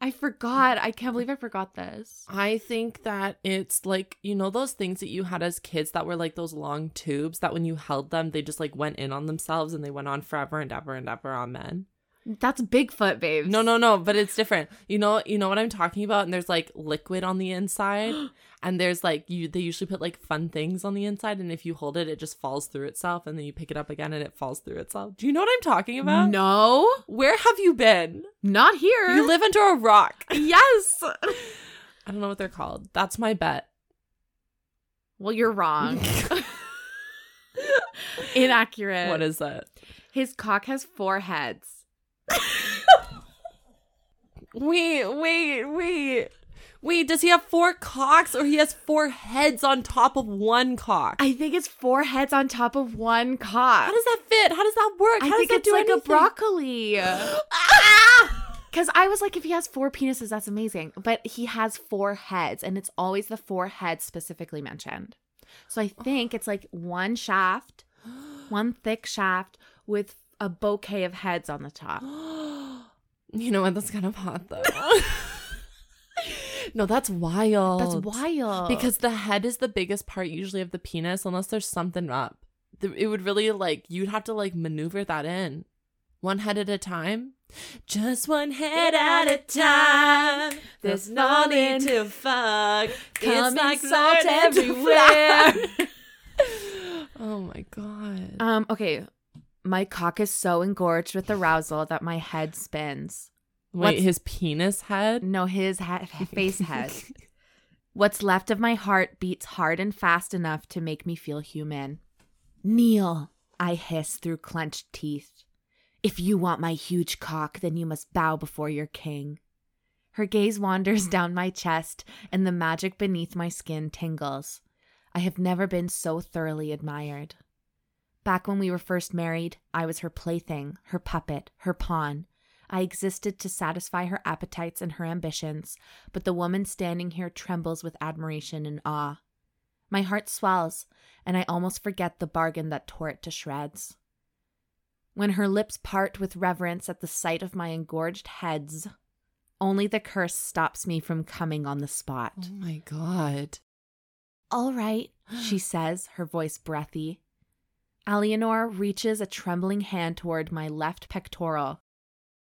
Speaker 1: I forgot. I can't believe I forgot this.
Speaker 2: I think that it's like, you know, those things that you had as kids that were like those long tubes that when you held them, they just like went in on themselves and they went on forever and ever and ever on men.
Speaker 1: That's Bigfoot, babes.
Speaker 2: No, no, no, but it's different. You know, you know what I'm talking about and there's like liquid on the inside and there's like you they usually put like fun things on the inside and if you hold it it just falls through itself and then you pick it up again and it falls through itself. Do you know what I'm talking about?
Speaker 1: No,
Speaker 2: Where have you been?
Speaker 1: not here.
Speaker 2: You live under a rock.
Speaker 1: yes.
Speaker 2: I don't know what they're called. That's my bet.
Speaker 1: Well, you're wrong. Inaccurate.
Speaker 2: What is that?
Speaker 1: his cock has four heads.
Speaker 2: Wait, wait, wait. Wait, does he have four cocks or he has four heads on top of one cock?
Speaker 1: I think it's four heads on top of one cock.
Speaker 2: How does that fit? How does that work?
Speaker 1: I
Speaker 2: How
Speaker 1: think
Speaker 2: does that
Speaker 1: it's
Speaker 2: do
Speaker 1: like a
Speaker 2: anything?
Speaker 1: broccoli.
Speaker 2: Ah!
Speaker 1: Because I was like, if he has four penises, that's amazing. But he has four heads, and it's always the four heads specifically mentioned. So I think it's like one shaft, one thick shaft with a bouquet of heads on the top.
Speaker 2: you know what? That's kind of hot though. no, that's wild.
Speaker 1: That's wild.
Speaker 2: Because the head is the biggest part usually of the penis, unless there's something up. Th- It would really like, you'd have to like maneuver that in. One head at a time. Just one head at a time. There's no need to fuck.
Speaker 1: Come
Speaker 2: it's
Speaker 1: and
Speaker 2: like
Speaker 1: salt
Speaker 2: salt everywhere.
Speaker 1: everywhere.
Speaker 2: oh my god.
Speaker 1: um, okay. My cock is so engorged with arousal that my head spins.
Speaker 2: Wait,
Speaker 1: what's-
Speaker 2: his penis head?
Speaker 1: No, his head, face head. What's left of my heart beats hard and fast enough to make me feel human. Kneel, I hiss through clenched teeth. If you want my huge cock, then you must bow before your king. Her gaze wanders down my chest, and the magic beneath my skin tingles. I have never been so thoroughly admired. Back when we were first married, I was her plaything, her puppet, her pawn. I existed to satisfy her appetites and her ambitions, but the woman standing here trembles with admiration and awe. My heart swells, and I almost forget the bargain that tore it to shreds. When her lips part with reverence at the sight of my engorged heads, only the curse stops me from coming on the spot.
Speaker 2: Oh my god.
Speaker 1: All right, she says, her voice breathy. Eleanor reaches a trembling hand toward my left pectoral.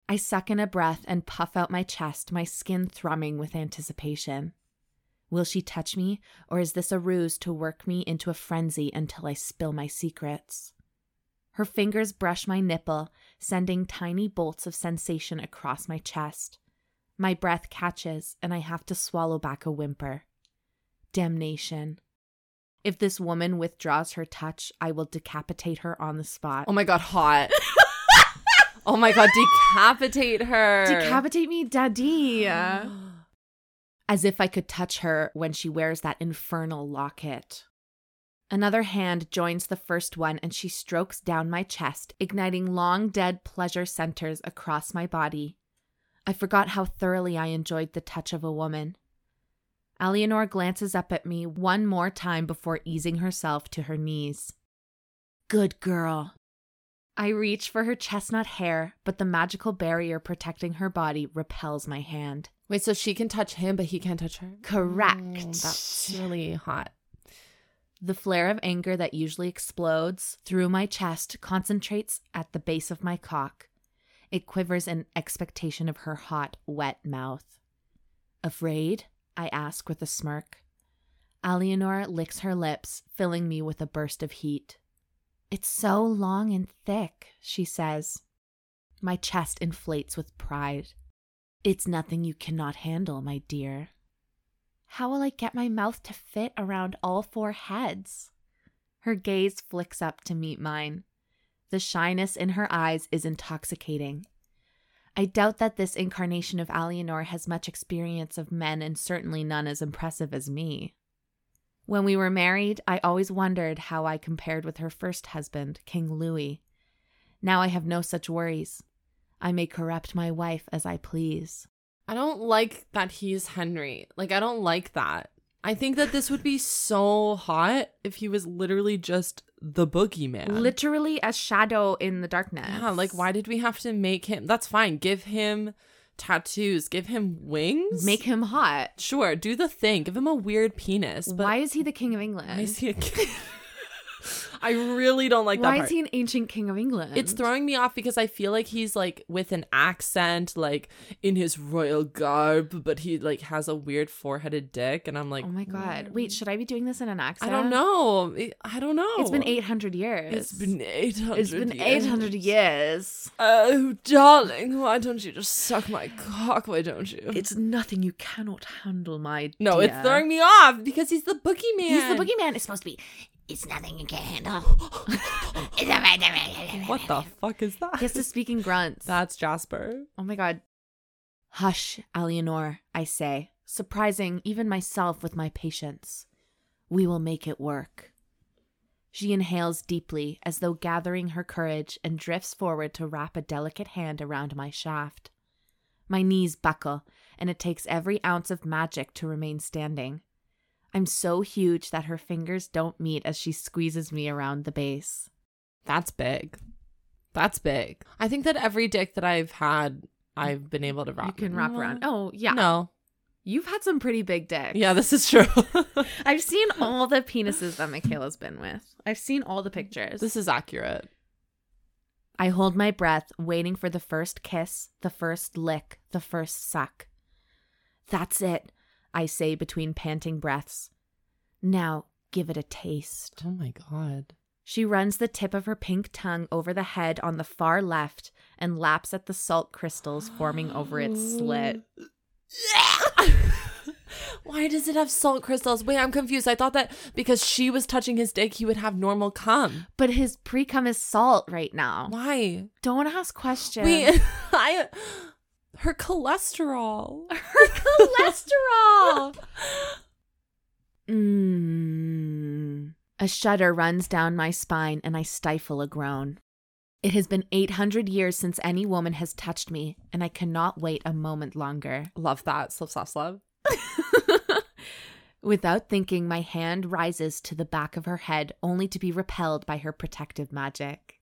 Speaker 1: I suck in a breath and puff out my chest, my skin thrumming with anticipation. Will she touch me, or is this a ruse to work me into a frenzy until I spill my secrets? Her fingers brush my nipple, sending tiny bolts of sensation across my chest. My breath catches, and I have to swallow back a whimper damnation. If this woman withdraws her touch, I will decapitate her on the spot.
Speaker 2: Oh my god, hot. oh my god, decapitate her.
Speaker 1: decapitate me, daddy. As if I could touch her when she wears that infernal locket. Another hand joins the first one and she strokes down my chest, igniting long dead pleasure centers across my body. I forgot how thoroughly I enjoyed the touch of a woman. Eleanor glances up at me one more time before easing herself to her knees. Good girl. I reach for her chestnut hair, but the magical barrier protecting her body repels my hand.
Speaker 2: Wait, so she can touch him, but he can't touch her?
Speaker 1: Correct.
Speaker 2: Mm, that's really hot.
Speaker 1: The flare of anger that usually explodes through my chest concentrates at the base of my cock. It quivers in expectation of her hot, wet mouth. Afraid? I ask with a smirk. Eleanor licks her lips, filling me with a burst of heat. It's so long and thick, she says. My chest inflates with pride. It's nothing you cannot handle, my dear. How will I get my mouth to fit around all four heads? Her gaze flicks up to meet mine. The shyness in her eyes is intoxicating. I doubt that this incarnation of Eleanor has much experience of men and certainly none as impressive as me. When we were married, I always wondered how I compared with her first husband, King Louis. Now I have no such worries. I may corrupt my wife as I please.
Speaker 2: I don't like that he's Henry. Like, I don't like that. I think that this would be so hot if he was literally just the boogeyman.
Speaker 1: Literally a shadow in the darkness.
Speaker 2: Yeah, like why did we have to make him? That's fine. Give him tattoos. Give him wings.
Speaker 1: make him hot?
Speaker 2: sure. Do the thing. Give him a weird penis. But
Speaker 1: why is he the king of England?
Speaker 2: why is he? A kid? I really don't like that.
Speaker 1: Why
Speaker 2: part.
Speaker 1: is he an ancient king of England?
Speaker 2: It's throwing me off because I feel like he's like with an accent, like in his royal garb, but he like has a weird foreheaded dick, and I'm like,
Speaker 1: Oh my god! Wait, should I be doing this in an
Speaker 2: Mm. I
Speaker 1: accent?
Speaker 2: don't know. It- I don't know.
Speaker 1: It's been eight hundred years.
Speaker 2: It's been eight hundred.
Speaker 1: It's been eight hundred years.
Speaker 2: Oh, darling, why don't you just suck my cock? Why don't you?
Speaker 1: It's nothing you cannot handle, my
Speaker 2: no,
Speaker 1: dear.
Speaker 2: it's throwing me off because he's the boogeyman.
Speaker 1: He's the boogeyman. It's supposed to be. It's nothing you can handle.
Speaker 2: What the fuck is that?
Speaker 1: He has to speak in grunts.
Speaker 2: That's Jasper.
Speaker 1: Oh my god. Hush, Eleanor, I say, surprising even myself with my patience. We will make it work. She inhales deeply, as though gathering her courage, and drifts forward to wrap a delicate hand around my shaft. My knees buckle, and it takes every ounce of magic to remain standing. I'm so huge that her fingers don't meet as she squeezes me around the base.
Speaker 2: That's big. That's big. I think that every dick that I've had, I've been able to wrap.
Speaker 1: you can wrap around. Oh, yeah.
Speaker 2: No.
Speaker 1: You've had some pretty big dicks.
Speaker 2: Yeah, this is true.
Speaker 1: I've seen all the penises that Michaela's been with. I've seen all the pictures.
Speaker 2: this is accurate.
Speaker 1: I hold my breath, waiting for the first kiss, the first lick, the first suck. That's it, I say between panting breaths. Now give it a taste.
Speaker 2: Oh my god.
Speaker 1: She runs the tip of her pink tongue over the head on the far left and laps at the salt crystals forming over its slit.
Speaker 2: Why does it have salt crystals? Wait, I'm confused. I thought that because she was touching his dick, he would have normal cum.
Speaker 1: But his pre cum is salt right now.
Speaker 2: Why?
Speaker 1: Don't ask questions.
Speaker 2: Wait, I. Her cholesterol.
Speaker 1: her cholesterol. Mm. A shudder runs down my spine and I stifle a groan. It has been 800 years since any woman has touched me, and I cannot wait a moment longer.
Speaker 2: Love that. Slip, slap, slap.
Speaker 1: Without thinking, my hand rises to the back of her head only to be repelled by her protective magic.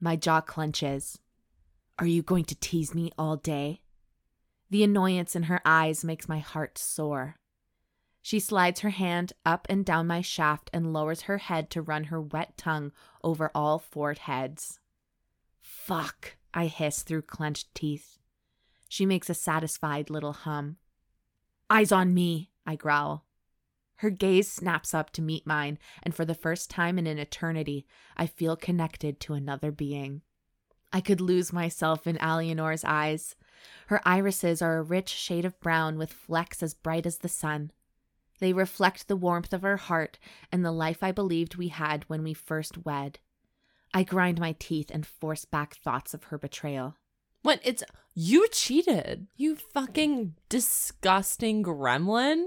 Speaker 1: My jaw clenches. Are you going to tease me all day? The annoyance in her eyes makes my heart soar. She slides her hand up and down my shaft and lowers her head to run her wet tongue over all four heads. Fuck, I hiss through clenched teeth. She makes a satisfied little hum. Eyes on me, I growl. Her gaze snaps up to meet mine, and for the first time in an eternity, I feel connected to another being. I could lose myself in Eleanor's eyes. Her irises are a rich shade of brown with flecks as bright as the sun. They reflect the warmth of her heart and the life I believed we had when we first wed. I grind my teeth and force back thoughts of her betrayal.
Speaker 2: What? It's you cheated. You fucking disgusting gremlin.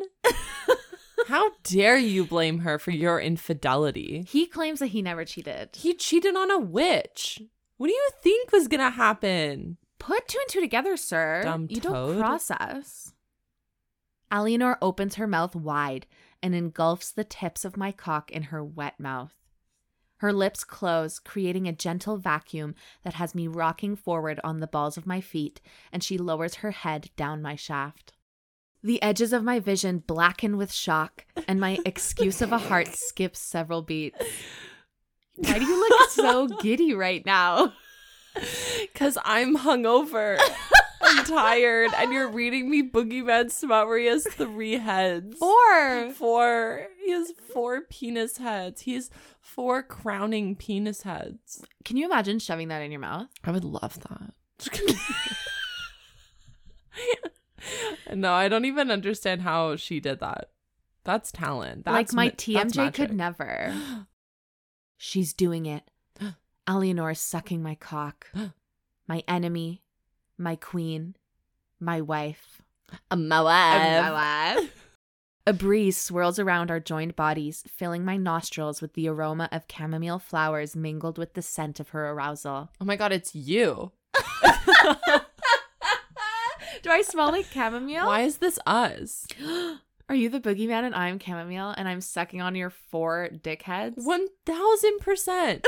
Speaker 2: How dare you blame her for your infidelity?
Speaker 1: He claims that he never cheated.
Speaker 2: He cheated on a witch. What do you think was gonna happen?
Speaker 1: Put two and two together, sir.
Speaker 2: Dumb
Speaker 1: you
Speaker 2: toad.
Speaker 1: don't process. Eleanor opens her mouth wide and engulfs the tips of my cock in her wet mouth. Her lips close, creating a gentle vacuum that has me rocking forward on the balls of my feet, and she lowers her head down my shaft. The edges of my vision blacken with shock, and my excuse of a heart skips several beats. Why do you look so giddy right now?
Speaker 2: Because I'm hungover. I'm tired. And you're reading me Boogeyman Smut where he has three heads.
Speaker 1: Four.
Speaker 2: Four. He has four penis heads. He has four crowning penis heads.
Speaker 1: Can you imagine shoving that in your mouth?
Speaker 2: I would love that. no, I don't even understand how she did that. That's talent.
Speaker 1: like
Speaker 2: That's
Speaker 1: my
Speaker 2: ma- that's
Speaker 1: TMJ could
Speaker 2: magic.
Speaker 1: never. She's doing it. Eleanor is sucking my cock. my enemy, my queen, my wife. A breeze swirls around our joined bodies, filling my nostrils with the aroma of chamomile flowers mingled with the scent of her arousal.
Speaker 2: Oh my god, it's you.
Speaker 1: Do I smell like chamomile?
Speaker 2: Why is this us?
Speaker 1: Are you the boogeyman and I'm chamomile and I'm sucking on your four dickheads?
Speaker 2: One thousand percent.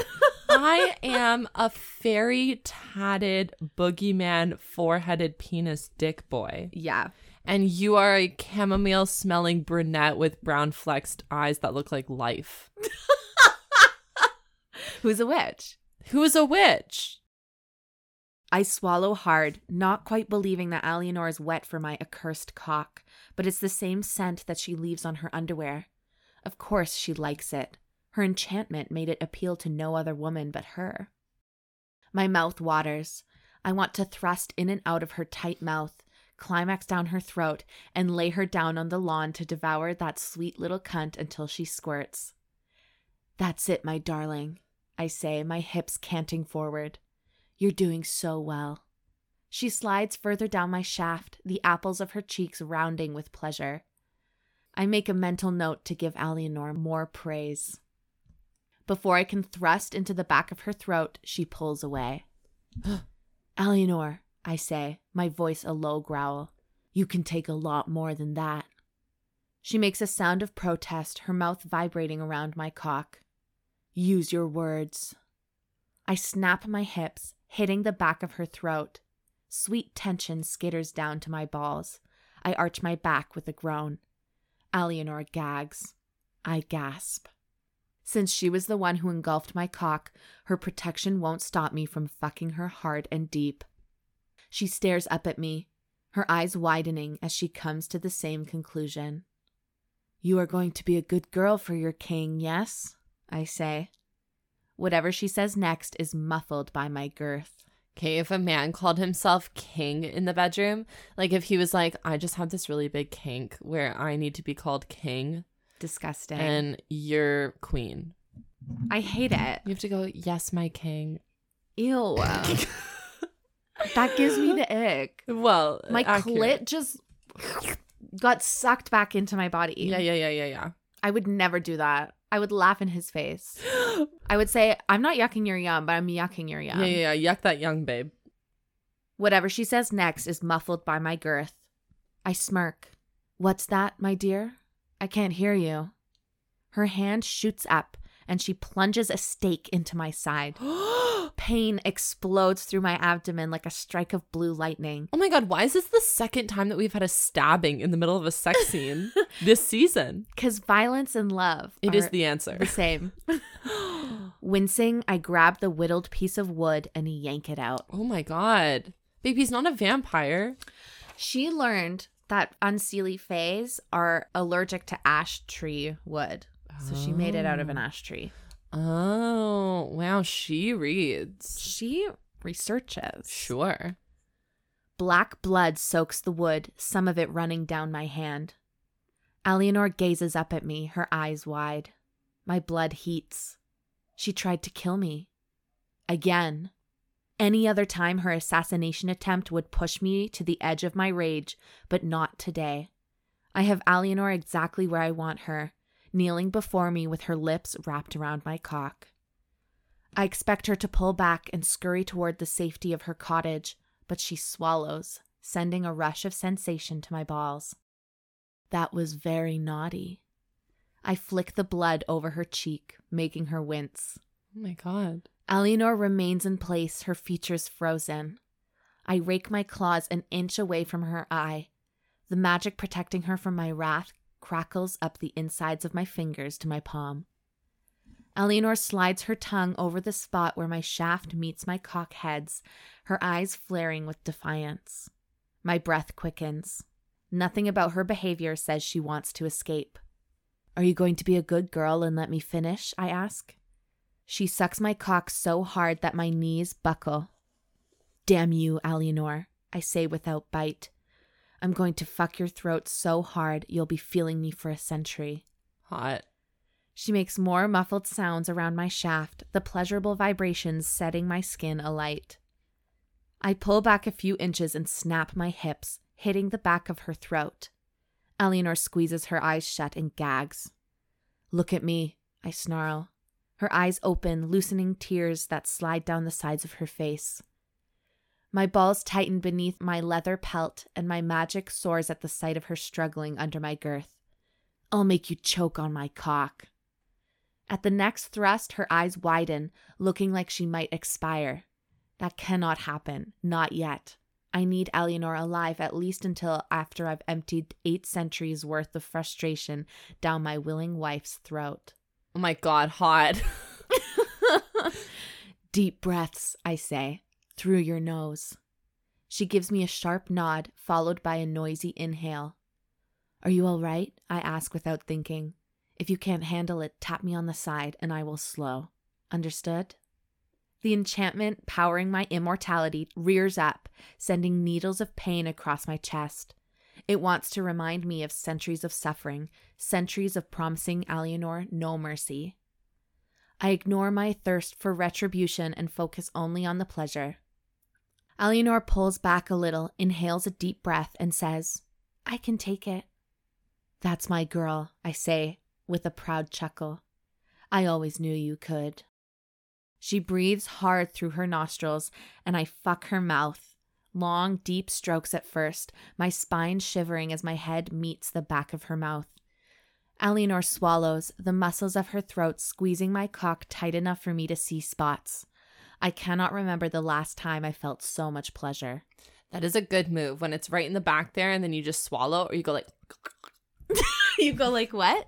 Speaker 2: I am a fairy tatted boogeyman four-headed penis dick boy.
Speaker 1: Yeah.
Speaker 2: And you are a chamomile smelling brunette with brown flexed eyes that look like life.
Speaker 1: Who's a witch?
Speaker 2: Who is a witch?
Speaker 1: I swallow hard, not quite believing that Eleanor is wet for my accursed cock, but it's the same scent that she leaves on her underwear. Of course, she likes it. Her enchantment made it appeal to no other woman but her. My mouth waters. I want to thrust in and out of her tight mouth, climax down her throat, and lay her down on the lawn to devour that sweet little cunt until she squirts. That's it, my darling, I say, my hips canting forward. You're doing so well. She slides further down my shaft, the apples of her cheeks rounding with pleasure. I make a mental note to give Eleanor more praise. Before I can thrust into the back of her throat, she pulls away. Eleanor, I say, my voice a low growl, you can take a lot more than that. She makes a sound of protest, her mouth vibrating around my cock. Use your words. I snap my hips, hitting the back of her throat. Sweet tension skitters down to my balls. I arch my back with a groan. Eleanor gags. I gasp. Since she was the one who engulfed my cock, her protection won't stop me from fucking her hard and deep. She stares up at me, her eyes widening as she comes to the same conclusion. You are going to be a good girl for your king, yes? I say. Whatever she says next is muffled by my girth.
Speaker 2: Okay, if a man called himself king in the bedroom, like if he was like, I just have this really big kink where I need to be called king
Speaker 1: Disgusting.
Speaker 2: and you're queen.
Speaker 1: I hate it.
Speaker 2: You have to go, yes, my king.
Speaker 1: Ew. that gives me the ick.
Speaker 2: Well,
Speaker 1: My
Speaker 2: accurate.
Speaker 1: clit just got sucked back into my body.
Speaker 2: Yeah, yeah, yeah, yeah, yeah.
Speaker 1: I would never do that. I would laugh in his face. I would say, I'm not yucking your yum, but I'm yucking your yum.
Speaker 2: Yeah, yeah, yeah. Yuck that young babe.
Speaker 1: Whatever she says next is muffled by my girth. I smirk. What's that, my dear? I can't hear you. Her hand shoots up and she plunges a stake into my side.
Speaker 2: oh
Speaker 1: Pain explodes through my abdomen like a strike of blue lightning.
Speaker 2: my god, why is this the second time that we've had a stabbing in the middle of a sex scene this season?
Speaker 1: Because violence and love
Speaker 2: It is
Speaker 1: are
Speaker 2: the answer.
Speaker 1: the same.
Speaker 2: Oh
Speaker 1: Wincing, I grab the whittled piece of wood and yank it out.
Speaker 2: oh my god. Babe, he's not a vampire.
Speaker 1: She learned that unseelie fays are allergic to ash tree wood. So she made it out of an ash tree.
Speaker 2: Oh, wow. She reads.
Speaker 1: She researches.
Speaker 2: Sure.
Speaker 1: Black blood soaks the wood, some of it running down my hand. Eleanor gazes up at me, her eyes wide. My blood heats. She tried to kill me. Again. Any other time, her assassination attempt would push me to the edge of my rage, but not today. I have Eleanor exactly where I want her, kneeling before me with her lips wrapped around my cock. I expect her to pull back and scurry toward the safety of her cottage, but she swallows, sending a rush of sensation to my balls. That was very naughty. I flick the blood over her cheek, making her wince.
Speaker 2: Oh my god.
Speaker 1: Eleanor remains in place, her features frozen. I rake my claws an inch away from her eye. The magic protecting her from my wrath crackles up the insides of my fingers to my palm. Eleanor slides her tongue over the spot where my shaft meets my cock heads, her eyes flaring with defiance. My breath quickens. Nothing about her behavior says she wants to escape. Are you going to be a good girl and let me finish? I ask. She sucks my cock so hard that my knees buckle. Damn you, Eleanor, I say without bite. I'm going to fuck your throat so hard you'll be feeling me for a century.
Speaker 2: Hot.
Speaker 1: She makes more muffled sounds around my shaft, the pleasurable vibrations setting my skin alight. I pull back a few inches and snap my hips, hitting the back of her throat. Eleanor squeezes her eyes shut and gags. Look at me, I snarl, her eyes open, loosening tears that slide down the sides of her face. My balls tighten beneath my leather pelt, and my magic soars at the sight of her struggling under my girth. I'll make you choke on my cock. At the next thrust, her eyes widen, looking like she might expire. That cannot happen, not yet. I need Eleanor alive at least until after I've emptied eight centuries worth of frustration down my willing wife's throat.
Speaker 2: Oh my god, hot.
Speaker 1: Deep breaths, I say, through your nose. She gives me a sharp nod, followed by a noisy inhale. Are you all right? I ask without thinking. If you can't handle it, tap me on the side and I will slow. Understood? The enchantment powering my immortality rears up, sending needles of pain across my chest. It wants to remind me of centuries of suffering, centuries of promising Eleanor no mercy. I ignore my thirst for retribution and focus only on the pleasure. Eleanor pulls back a little, inhales a deep breath, and says, I can take it. That's my girl, I say, with a proud chuckle. I always knew you could. She breathes hard through her nostrils, and I fuck her mouth. Long, deep strokes at first, my spine shivering as my head meets the back of her mouth. Eleanor swallows, the muscles of her throat squeezing my cock tight enough for me to see spots. I cannot remember the last time I felt so much pleasure.
Speaker 2: That is a good move when it's right in the back there and then you just swallow or you go like
Speaker 1: you go like what?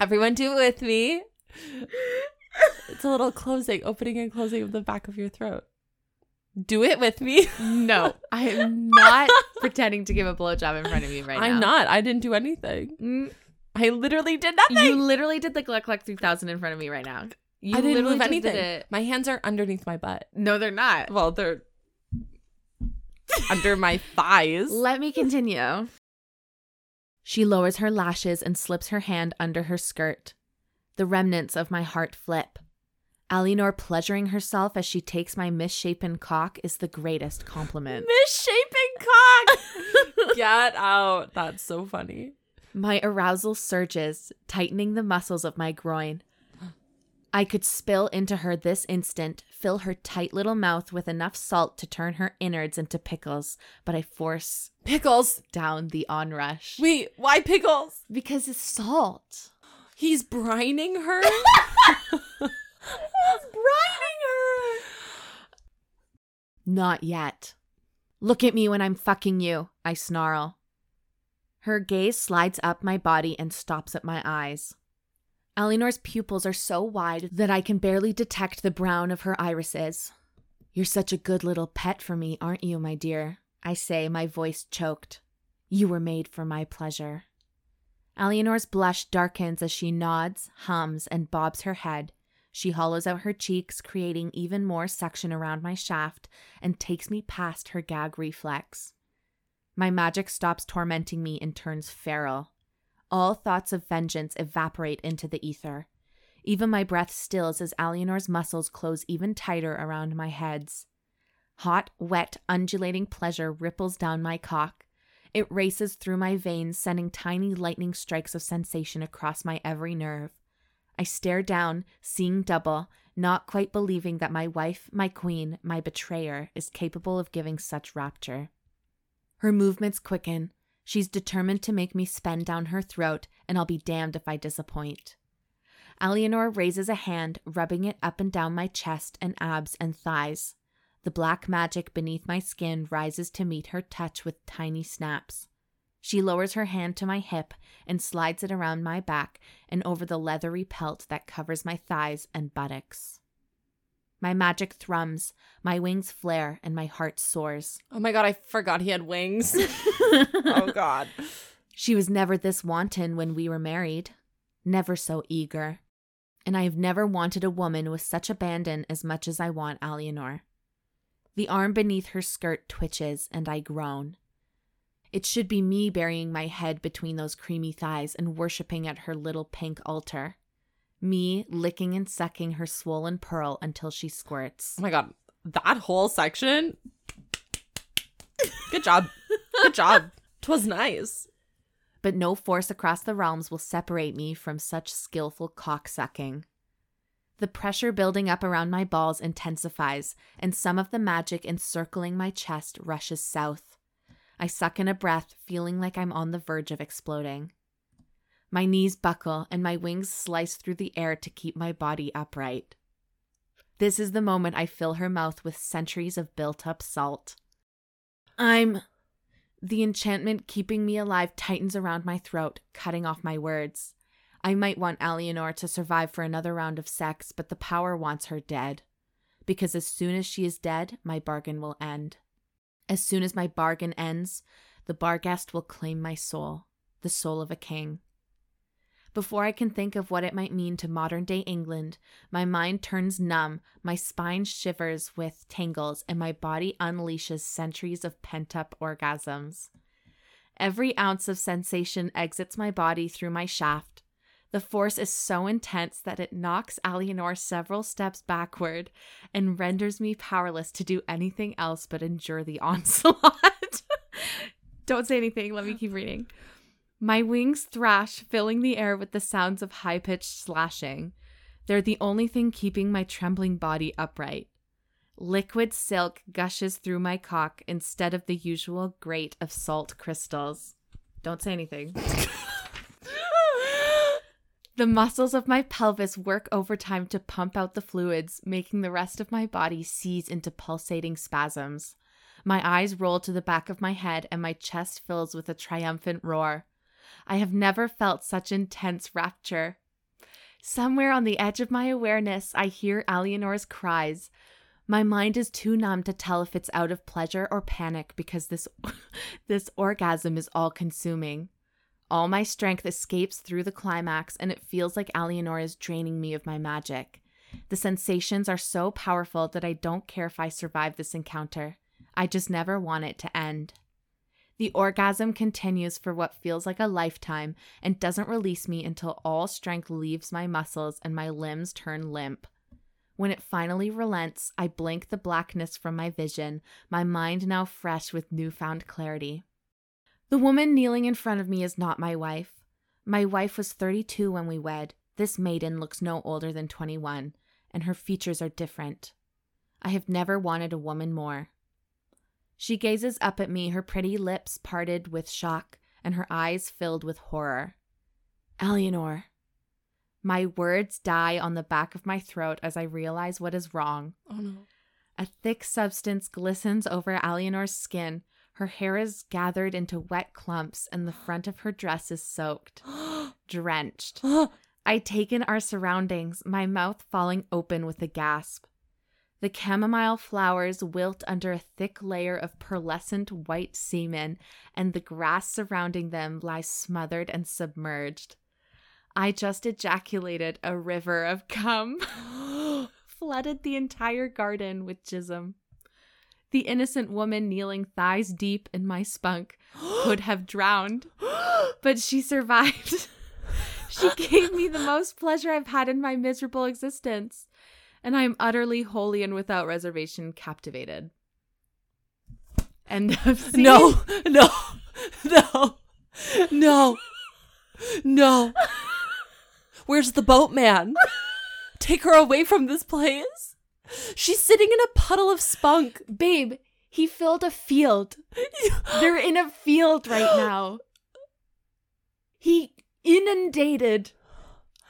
Speaker 2: everyone do it with me. It's a little closing, opening and closing of the back of your throat. Do it with me.
Speaker 1: No, I am not pretending to give a blowjob in front of you right
Speaker 2: I'm
Speaker 1: now.
Speaker 2: not. I didn't do anything.
Speaker 1: I'm
Speaker 2: I literally did nothing.
Speaker 1: You literally did the Gluck Gluck 3000 in front of me right now. You
Speaker 2: I didn't
Speaker 1: literally
Speaker 2: move
Speaker 1: just
Speaker 2: anything.
Speaker 1: did it.
Speaker 2: My hands are underneath my butt.
Speaker 1: No, they're not.
Speaker 2: Well, they're under my thighs.
Speaker 1: Let me continue. She lowers her lashes and slips her hand under her skirt. The remnants of my heart flip. Eleanor pleasuring herself as she takes my misshapen cock is the greatest compliment.
Speaker 2: Misshapen cock. Get out. That's so funny.
Speaker 1: My arousal surges, tightening the muscles of my groin. I could spill into her this instant, fill her tight little mouth with enough salt to turn her innards into pickles, but I force
Speaker 2: Pickles.
Speaker 1: down the onrush.
Speaker 2: Wait, why pickles?
Speaker 1: Because it's salt.
Speaker 2: He's brining her. brining
Speaker 1: Not yet. Look at me when I'm fucking you, I snarl. Her gaze slides up my body and stops at my eyes. Eleanor's pupils are so wide that I can barely detect the brown of her irises. You're such a good little pet for me, aren't you, my dear? I say, my voice choked. You were made for my pleasure. Eleanor's blush darkens as she nods, hums, and bobs her head. She hollows out her cheeks, creating even more suction around my shaft, and takes me past her gag reflex. My magic stops tormenting me and turns feral. All thoughts of vengeance evaporate into the ether. Even my breath stills as Eleanor's muscles close even tighter around my heads. Hot, wet, undulating pleasure ripples down my cock. It races through my veins, sending tiny lightning strikes of sensation across my every nerve. I stare down, seeing double, not quite believing that my wife, my queen, my betrayer is capable of giving such rapture. Her movements quicken. She's determined to make me spend down her throat, and I'll be damned if I disappoint. Eleanor raises a hand, rubbing it up and down my chest and abs and thighs. The black magic beneath my skin rises to meet her touch with tiny snaps. She lowers her hand to my hip and slides it around my back and over the leathery pelt that covers my thighs and buttocks. My magic thrums, my wings flare, and my heart soars.
Speaker 2: Oh my god, I forgot he had wings. oh god.
Speaker 1: She was never this wanton when we were married, never so eager. And I have never wanted a woman with such abandon as much as I want Eleanor. The arm beneath her skirt twitches, and I groan. It should be me burying my head between those creamy thighs and worshipping at her little pink altar. Me licking and sucking her swollen pearl until she squirts.
Speaker 2: Oh my god, that whole section. Good job. Good job. 'Twas nice.
Speaker 1: but no force across the realms will separate me from such skillful cocksucking. The pressure building up around my balls intensifies, and some of the magic encircling my chest rushes south. I suck in a breath, feeling like I'm on the verge of exploding. My knees buckle, and my wings slice through the air to keep my body upright. This is the moment I fill her mouth with centuries of built up salt. I'm. The enchantment keeping me alive tightens around my throat, cutting off my words. I might want Eleanor to survive for another round of sex, but the power wants her dead. Because as soon as she is dead, my bargain will end. As soon as my bargain ends, the barghest will claim my soul, the soul of a king. Before I can think of what it might mean to modern day England, my mind turns numb, my spine shivers with tangles, and my body unleashes centuries of pent up orgasms. Every ounce of sensation exits my body through my shaft. The force is so intense that it knocks Eleanor several steps backward and renders me powerless to do anything else but endure the onslaught. Don't say anything, let me keep reading. My wings thrash, filling the air with the sounds of high pitched slashing. They're the only thing keeping my trembling body upright. Liquid silk gushes through my cock instead of the usual grate of salt crystals. Don't say anything. The muscles of my pelvis work overtime to pump out the fluids, making the rest of my body seize into pulsating spasms. My eyes roll to the back of my head and my chest fills with a triumphant roar. I have never felt such intense rapture. Somewhere on the edge of my awareness, I hear Eleanor's cries. My mind is too numb to tell if it's out of pleasure or panic because this this orgasm is all-consuming. All my strength escapes through the climax, and it feels like Eleanor is draining me of my magic. The sensations are so powerful that I don't care if I survive this encounter. I just never want it to end. The orgasm continues for what feels like a lifetime and doesn't release me until all strength leaves my muscles and my limbs turn limp. When it finally relents, I blink the blackness from my vision, my mind now fresh with newfound clarity. The woman kneeling in front of me is not my wife. My wife was 32 when we wed. This maiden looks no older than 21, and her features are different. I have never wanted a woman more. She gazes up at me, her pretty lips parted with shock and her eyes filled with horror. Eleanor. My words die on the back of my throat as I realize what is wrong.
Speaker 2: Oh no.
Speaker 1: A thick substance glistens over Eleanor's skin. Her hair is gathered into wet clumps, and the front of her dress is soaked, drenched. I take in our surroundings, my mouth falling open with a gasp. The chamomile flowers wilt under a thick layer of pearlescent white semen, and the grass surrounding them lies smothered and submerged. I just ejaculated a river of cum flooded the entire garden with jism. The innocent woman kneeling thighs deep in my spunk could have drowned, but she survived. she gave me the most pleasure I've had in my miserable existence, and I am utterly, wholly, and without reservation captivated. End of scene.
Speaker 2: No, no, no, no, no. Where's the boatman? Take her away from this place. She's sitting in a puddle of spunk.
Speaker 1: babe, He filled a field. They're in a field right now. He inundated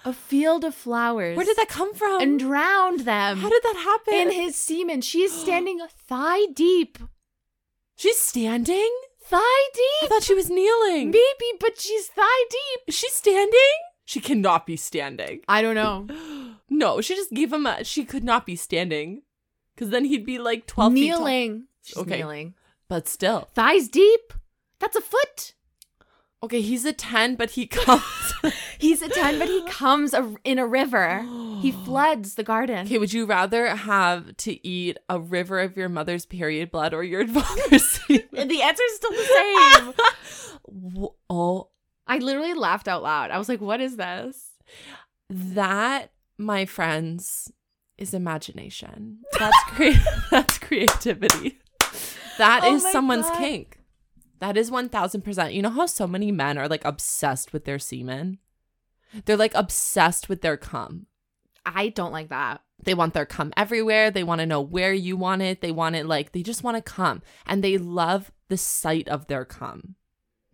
Speaker 1: a field of flowers.
Speaker 2: Where did that come from?
Speaker 1: and drowned them
Speaker 2: How did that happen?
Speaker 1: in his semen. She is standing thigh deep.
Speaker 2: She's standing?
Speaker 1: Thigh
Speaker 2: I
Speaker 1: deep?
Speaker 2: thought she was kneeling.
Speaker 1: Maybe, but she's thigh deep.
Speaker 2: Is she standing? She cannot be standing.
Speaker 1: I don't know.
Speaker 2: No, she just gave him a. She could not be standing. Because then he'd be like 12 feet tall.
Speaker 1: kneeling. She's
Speaker 2: Okay.
Speaker 1: kneeling.
Speaker 2: But still.
Speaker 1: Thighs deep. That's a foot.
Speaker 2: Okay, he's a 10, but he comes.
Speaker 1: He's a 10, but he comes a, in a river. He floods the garden.
Speaker 2: okay, would you rather have to eat a river of your mother's period blood or your father's semen?
Speaker 1: the answer's still the same.
Speaker 2: Wh- oh,
Speaker 1: I literally laughed out loud. I was like, what is this?
Speaker 2: that, my friends, is imagination. That's, crea- that's creativity. That
Speaker 1: Oh
Speaker 2: is
Speaker 1: my
Speaker 2: someone's
Speaker 1: God.
Speaker 2: kink. That is 1000%. You know how so many men are like obsessed with their semen? They're like obsessed with their cum.
Speaker 1: I don't like that.
Speaker 2: They want their cum everywhere. They want to know where you want it. They want it like they just want to cum and they love the sight of their cum.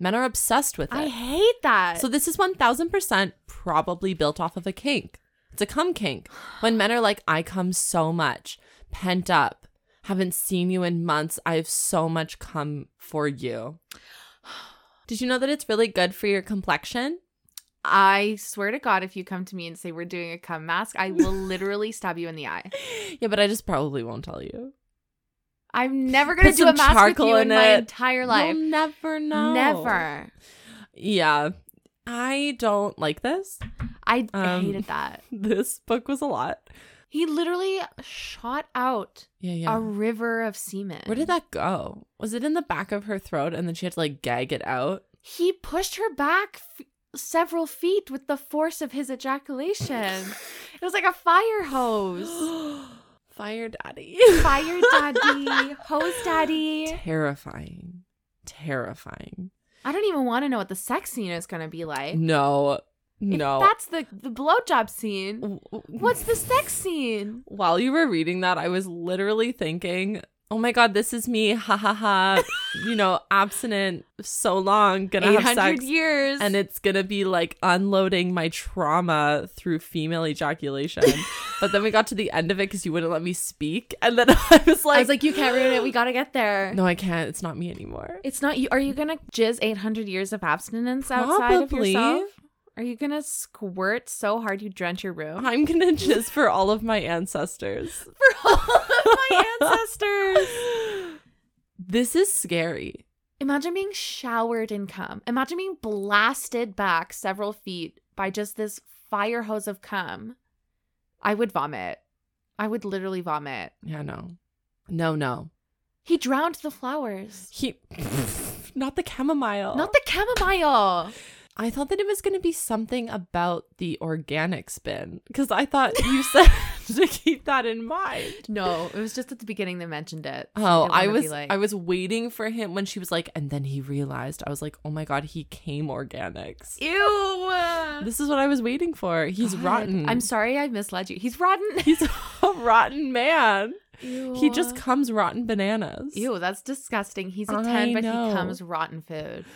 Speaker 2: Men are obsessed with it.
Speaker 1: I hate that.
Speaker 2: so this is 1000% probably built off of a kink. It's a cum kink. When men are like I cum so much, pent up, haven't seen you in months. I have so much cum for you. Did you know that it's really good for your complexion?
Speaker 1: I swear to God, if you come to me and say we're doing a cum mask, I will literally stab you in the eye.
Speaker 2: Yeah, but I just probably won't tell you.
Speaker 1: I'm never gonna
Speaker 2: Put
Speaker 1: do a
Speaker 2: some
Speaker 1: mask with
Speaker 2: charcoal
Speaker 1: you in,
Speaker 2: in
Speaker 1: my
Speaker 2: it.
Speaker 1: entire life.
Speaker 2: You'll never know.
Speaker 1: Never.
Speaker 2: Yeah. I don't like this.
Speaker 1: I
Speaker 2: Um,
Speaker 1: hated that.
Speaker 2: This book was a lot.
Speaker 1: He literally shot out
Speaker 2: Yeah, yeah.
Speaker 1: a river of semen.
Speaker 2: Um, Where did that go? Was it in the back of her throat and then she had to like gag it out?
Speaker 1: He pushed her back f- several feet with the force of his ejaculation. it was like a fire hose.
Speaker 2: Fire daddy.
Speaker 1: Fire daddy, hose daddy.
Speaker 2: Terrifying. Terrifying.
Speaker 1: I don't even want to know what the sex scene is gonna be like.
Speaker 2: No.
Speaker 1: If
Speaker 2: No.
Speaker 1: that's the the blowjob scene.
Speaker 2: What's
Speaker 1: What's the sex scene?
Speaker 2: while you were reading that, I was literally thinking, oh my God, this is me. Ha ha ha. you know, abstinent so long, gonna
Speaker 1: Eight
Speaker 2: have
Speaker 1: hundred
Speaker 2: sex.
Speaker 1: years.
Speaker 2: And it's gonna be like unloading my trauma through female ejaculation. but then we got to the end of it because you wouldn't let me speak. And then I was like,
Speaker 1: I was like, you can't ruin it. We gotta get there.
Speaker 2: no, I can't. It's not me anymore.
Speaker 1: It's not you. Are you gonna jizz 800 years of abstinence outside of
Speaker 2: Probably.
Speaker 1: yourself? Are you gonna squirt so hard you drench your room?
Speaker 2: I'm gonna jizz for all of my ancestors.
Speaker 1: For all of my ancestors.
Speaker 2: This is scary.
Speaker 1: Imagine being showered in cum. Imagine being blasted back several feet by just this fire hose of cum. I would vomit. I would literally vomit.
Speaker 2: Yeah, no. No, no.
Speaker 1: He drowned the flowers.
Speaker 2: He. Not the chamomile.
Speaker 1: Not the chamomile.
Speaker 2: I thought that it was going to be something about the organic spin because I thought you said to keep that in mind.
Speaker 1: No, it was just at the beginning they mentioned it. So
Speaker 2: Oh,
Speaker 1: didn't
Speaker 2: I
Speaker 1: wanna be
Speaker 2: was I was waiting for him when she was like, and then he realized. I was like, oh my god, he came organics.
Speaker 1: Ew.
Speaker 2: This is what I was waiting for. He's
Speaker 1: God.
Speaker 2: rotten.
Speaker 1: I'm sorry I misled you. He's rotten.
Speaker 2: He's a rotten man.
Speaker 1: Ew.
Speaker 2: He just comes rotten bananas.
Speaker 1: Ew, that's disgusting. He's a
Speaker 2: I
Speaker 1: 10, but
Speaker 2: know.
Speaker 1: he comes rotten food.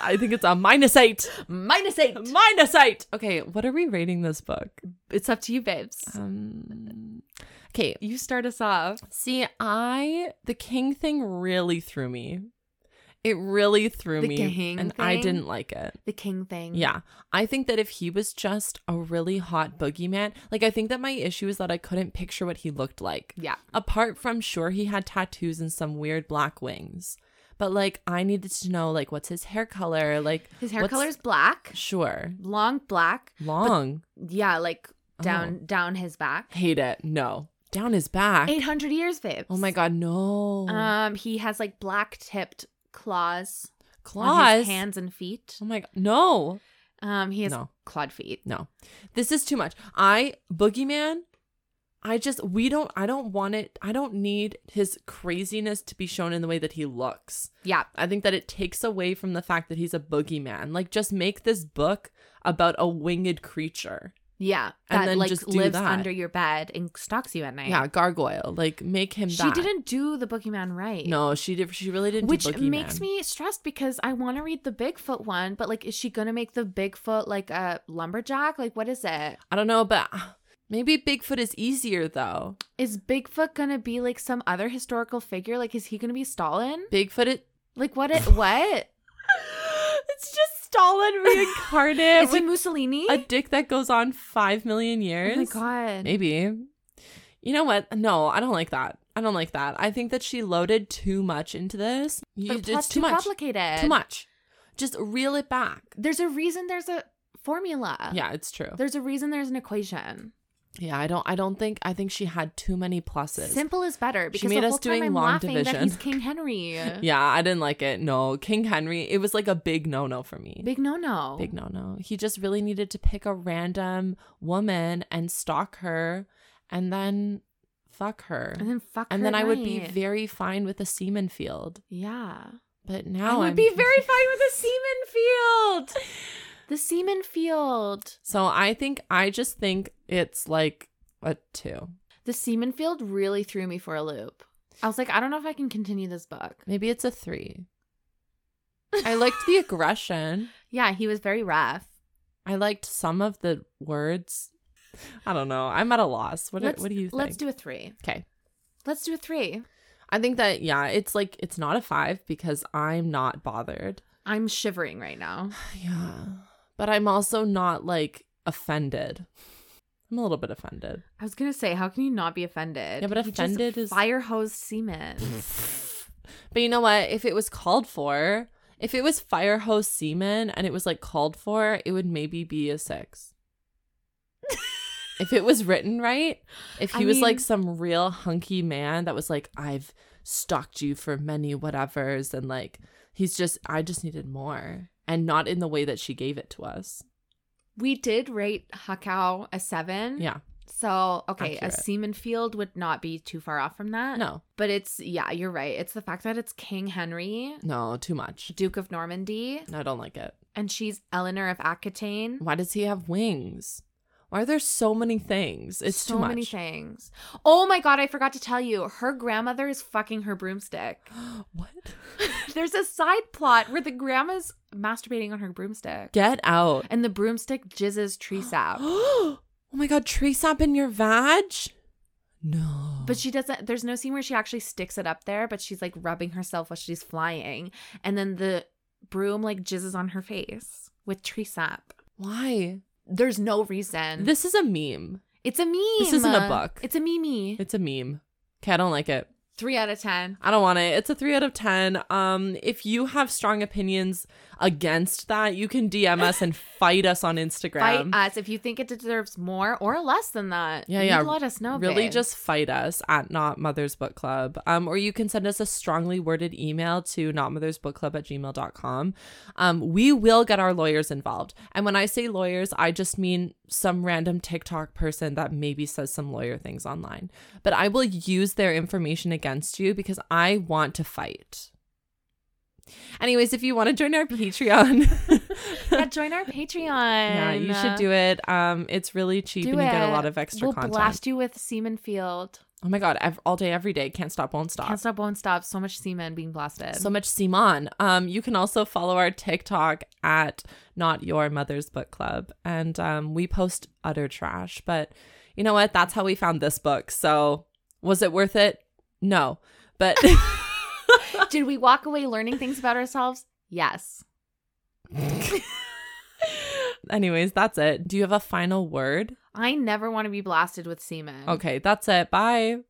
Speaker 2: I think it's a minus eight.
Speaker 1: Minus 8.
Speaker 2: Minus eight. Okay, what are we rating this book?
Speaker 1: It's up to you, babes.
Speaker 2: Uh, Um, okay,
Speaker 1: You start us off.
Speaker 2: See, I the king thing really threw me. It really threw
Speaker 1: The
Speaker 2: me,
Speaker 1: king
Speaker 2: and I
Speaker 1: thing?
Speaker 2: didn't like it.
Speaker 1: The king thing.
Speaker 2: Yeah, I think that if he was just a really hot boogeyman, like I think that my issue is that I couldn't picture what he looked like.
Speaker 1: Yeah.
Speaker 2: Apart from sure he had tattoos and some weird black wings, but like I needed to know like what's his hair color, like
Speaker 1: His hair
Speaker 2: what's-
Speaker 1: color is black,
Speaker 2: sure
Speaker 1: long black.
Speaker 2: long.
Speaker 1: Yeah, like
Speaker 2: Oh.
Speaker 1: down down his back.
Speaker 2: Hate it. No, down his back.
Speaker 1: 800 years, babes.
Speaker 2: Oh my god, no
Speaker 1: Um, he has like black tipped claws, on
Speaker 2: claws.
Speaker 1: his hands and feet.
Speaker 2: Oh my god, no.
Speaker 1: Um, he has
Speaker 2: No.
Speaker 1: clawed feet.
Speaker 2: No, this is too much. I boogeyman. I just we don't. I don't want it. I don't need his craziness to be shown in the way that he looks.
Speaker 1: Yeah.
Speaker 2: I think that it takes away from the fact that he's a boogeyman. Like, just make this book about a winged creature.
Speaker 1: Yeah.
Speaker 2: And
Speaker 1: That
Speaker 2: then
Speaker 1: like
Speaker 2: just do
Speaker 1: lives
Speaker 2: that.
Speaker 1: under your bed and stalks you at night.
Speaker 2: Yeah, gargoyle. Like make him.
Speaker 1: She
Speaker 2: that.
Speaker 1: didn't do the boogeyman right.
Speaker 2: No, she did. She really didn't.
Speaker 1: Which
Speaker 2: do Boogeyman.
Speaker 1: makes me stressed because I want to read the Bigfoot one, but like, is she gonna make the Bigfoot like a lumberjack? Like, what is it?
Speaker 2: I don't know, but uh, maybe Bigfoot is easier though.
Speaker 1: Is Bigfoot gonna be like some other historical figure? Like, is he gonna be Stalin?
Speaker 2: Bigfoot. It,
Speaker 1: Like, what? It, what?
Speaker 2: it's just Stalin reincarnate
Speaker 1: is he
Speaker 2: with
Speaker 1: Mussolini?
Speaker 2: a dick that goes on five million years.
Speaker 1: oh my god!
Speaker 2: Maybe. You know what? No, I don't like that. I don't like that. I think that she loaded too much into this. You,
Speaker 1: The
Speaker 2: it's
Speaker 1: plot's
Speaker 2: too much.
Speaker 1: complicated.
Speaker 2: Too much. Just reel it back.
Speaker 1: There's a reason. There's a formula.
Speaker 2: Yeah, it's true.
Speaker 1: There's a reason. There's an equation.
Speaker 2: Yeah, I don't. I don't think. I think she had too many pluses.
Speaker 1: Simple is better. Because
Speaker 2: made
Speaker 1: the whole
Speaker 2: us doing
Speaker 1: time I'm
Speaker 2: long
Speaker 1: laughing
Speaker 2: division.
Speaker 1: That he's King Henry.
Speaker 2: Yeah, I didn't like it. No, King Henry. It was like a big no no for me.
Speaker 1: Big no no.
Speaker 2: Big no no. He just really needed to pick a random woman and stalk her, and then fuck her,
Speaker 1: And then fuck.
Speaker 2: And
Speaker 1: her
Speaker 2: then
Speaker 1: at
Speaker 2: I would be
Speaker 1: night.
Speaker 2: very fine with a semen field.
Speaker 1: Yeah.
Speaker 2: But
Speaker 1: I
Speaker 2: now
Speaker 1: would
Speaker 2: am
Speaker 1: be very fine with a semen field. The semen field.
Speaker 2: So I think I just think it's like a two.
Speaker 1: The semen field really threw me for a loop. I was like, I don't know if I can continue this book.
Speaker 2: Maybe it's a three. I liked the aggression.
Speaker 1: Yeah, he was very rough.
Speaker 2: I liked some of the words. I don't know. I'm at a loss. What do,
Speaker 1: let's,
Speaker 2: what do you think?
Speaker 1: Let's do a three.
Speaker 2: Okay.
Speaker 1: Let's do a three.
Speaker 2: I think that yeah, it's like it's not a 5 because I'm not bothered.
Speaker 1: I'm shivering right now.
Speaker 2: Yeah. But I'm also not like offended. I'm a little bit offended.
Speaker 1: I was gonna say, how can you not be offended?
Speaker 2: Yeah, but
Speaker 1: He just
Speaker 2: offended is-
Speaker 1: fire hose semen.
Speaker 2: But you know what? If it was called for, if it was fire hose semen and it was like called for, it would maybe be a six. if it was written right, if he
Speaker 1: I
Speaker 2: was like
Speaker 1: mean-
Speaker 2: some real hunky man that was like, I've stalked you for many whatevers, and like, he's just, I just needed more. And not in the way that she gave it to us.
Speaker 1: we did rate Hakao a seven.
Speaker 2: Yeah.
Speaker 1: So okay,
Speaker 2: Accurate.
Speaker 1: a semen field would not be too far off from that.
Speaker 2: No,
Speaker 1: But it's yeah, you're right. It's the fact that it's King Henry,
Speaker 2: no, too much.
Speaker 1: Duke of Normandy,
Speaker 2: No, I don't like it.
Speaker 1: and she's Eleanor of Aquitaine.
Speaker 2: Why does he have wings? Why are there so many things? It's
Speaker 1: so
Speaker 2: too much.
Speaker 1: many things. Oh my god, I forgot to tell you. Her grandmother is fucking her broomstick.
Speaker 2: what?
Speaker 1: There's a side plot where the grandma's masturbating on her broomstick.
Speaker 2: Get out.
Speaker 1: And the broomstick jizzes tree sap.
Speaker 2: oh my god, tree sap in your vag? No.
Speaker 1: But she doesn't there's no scene where she actually sticks it up there, but she's like rubbing herself while she's flying. And then the broom like jizzes on her face with tree sap.
Speaker 2: why?
Speaker 1: There's no reason.
Speaker 2: This is a meme.
Speaker 1: it's a meme.
Speaker 2: This isn't a book.
Speaker 1: It's a meme.
Speaker 2: It's a meme. Okay, I don't like it.
Speaker 1: Three out of ten.
Speaker 2: I don't want it. It's a 3 out of 10. Um if you have strong opinions against that, you can DM us and fight us on Instagram.
Speaker 1: Fight us if you think it deserves more or less than that.
Speaker 2: Yeah,
Speaker 1: You
Speaker 2: yeah.
Speaker 1: Let us know.
Speaker 2: really
Speaker 1: babe.
Speaker 2: just fight us at not mother's book club um, or you can send us a strongly worded email to notmothersbookclub at gmail.com um, we will get our lawyers involved and when i say lawyers i just mean some random tiktok person that maybe says some lawyer things online but i will use their information against you because i want to fight anyways if you want to join our patreon
Speaker 1: yeah, join our Patreon.
Speaker 2: yeah you should do it um, it's really cheap
Speaker 1: Do
Speaker 2: and you get a
Speaker 1: it.
Speaker 2: lot of extra
Speaker 1: We'll
Speaker 2: content
Speaker 1: blast you with semen field.
Speaker 2: Oh my god, ev- all day, every day, can't stop, won't stop.
Speaker 1: Can't stop, won't stop. So much semen being blasted.
Speaker 2: so much Simon. Um, you can also follow our TikTok at Not Your Mother's Book Club, and um, we post utter trash. But you know what? That's how we found this book. So was it worth it? No, but
Speaker 1: Did we walk away learning things about ourselves? Yes.
Speaker 2: anyways, that's it. Do you have a final word? Oh,
Speaker 1: I never want to be blasted with semen.
Speaker 2: Okay, that's it. Bye.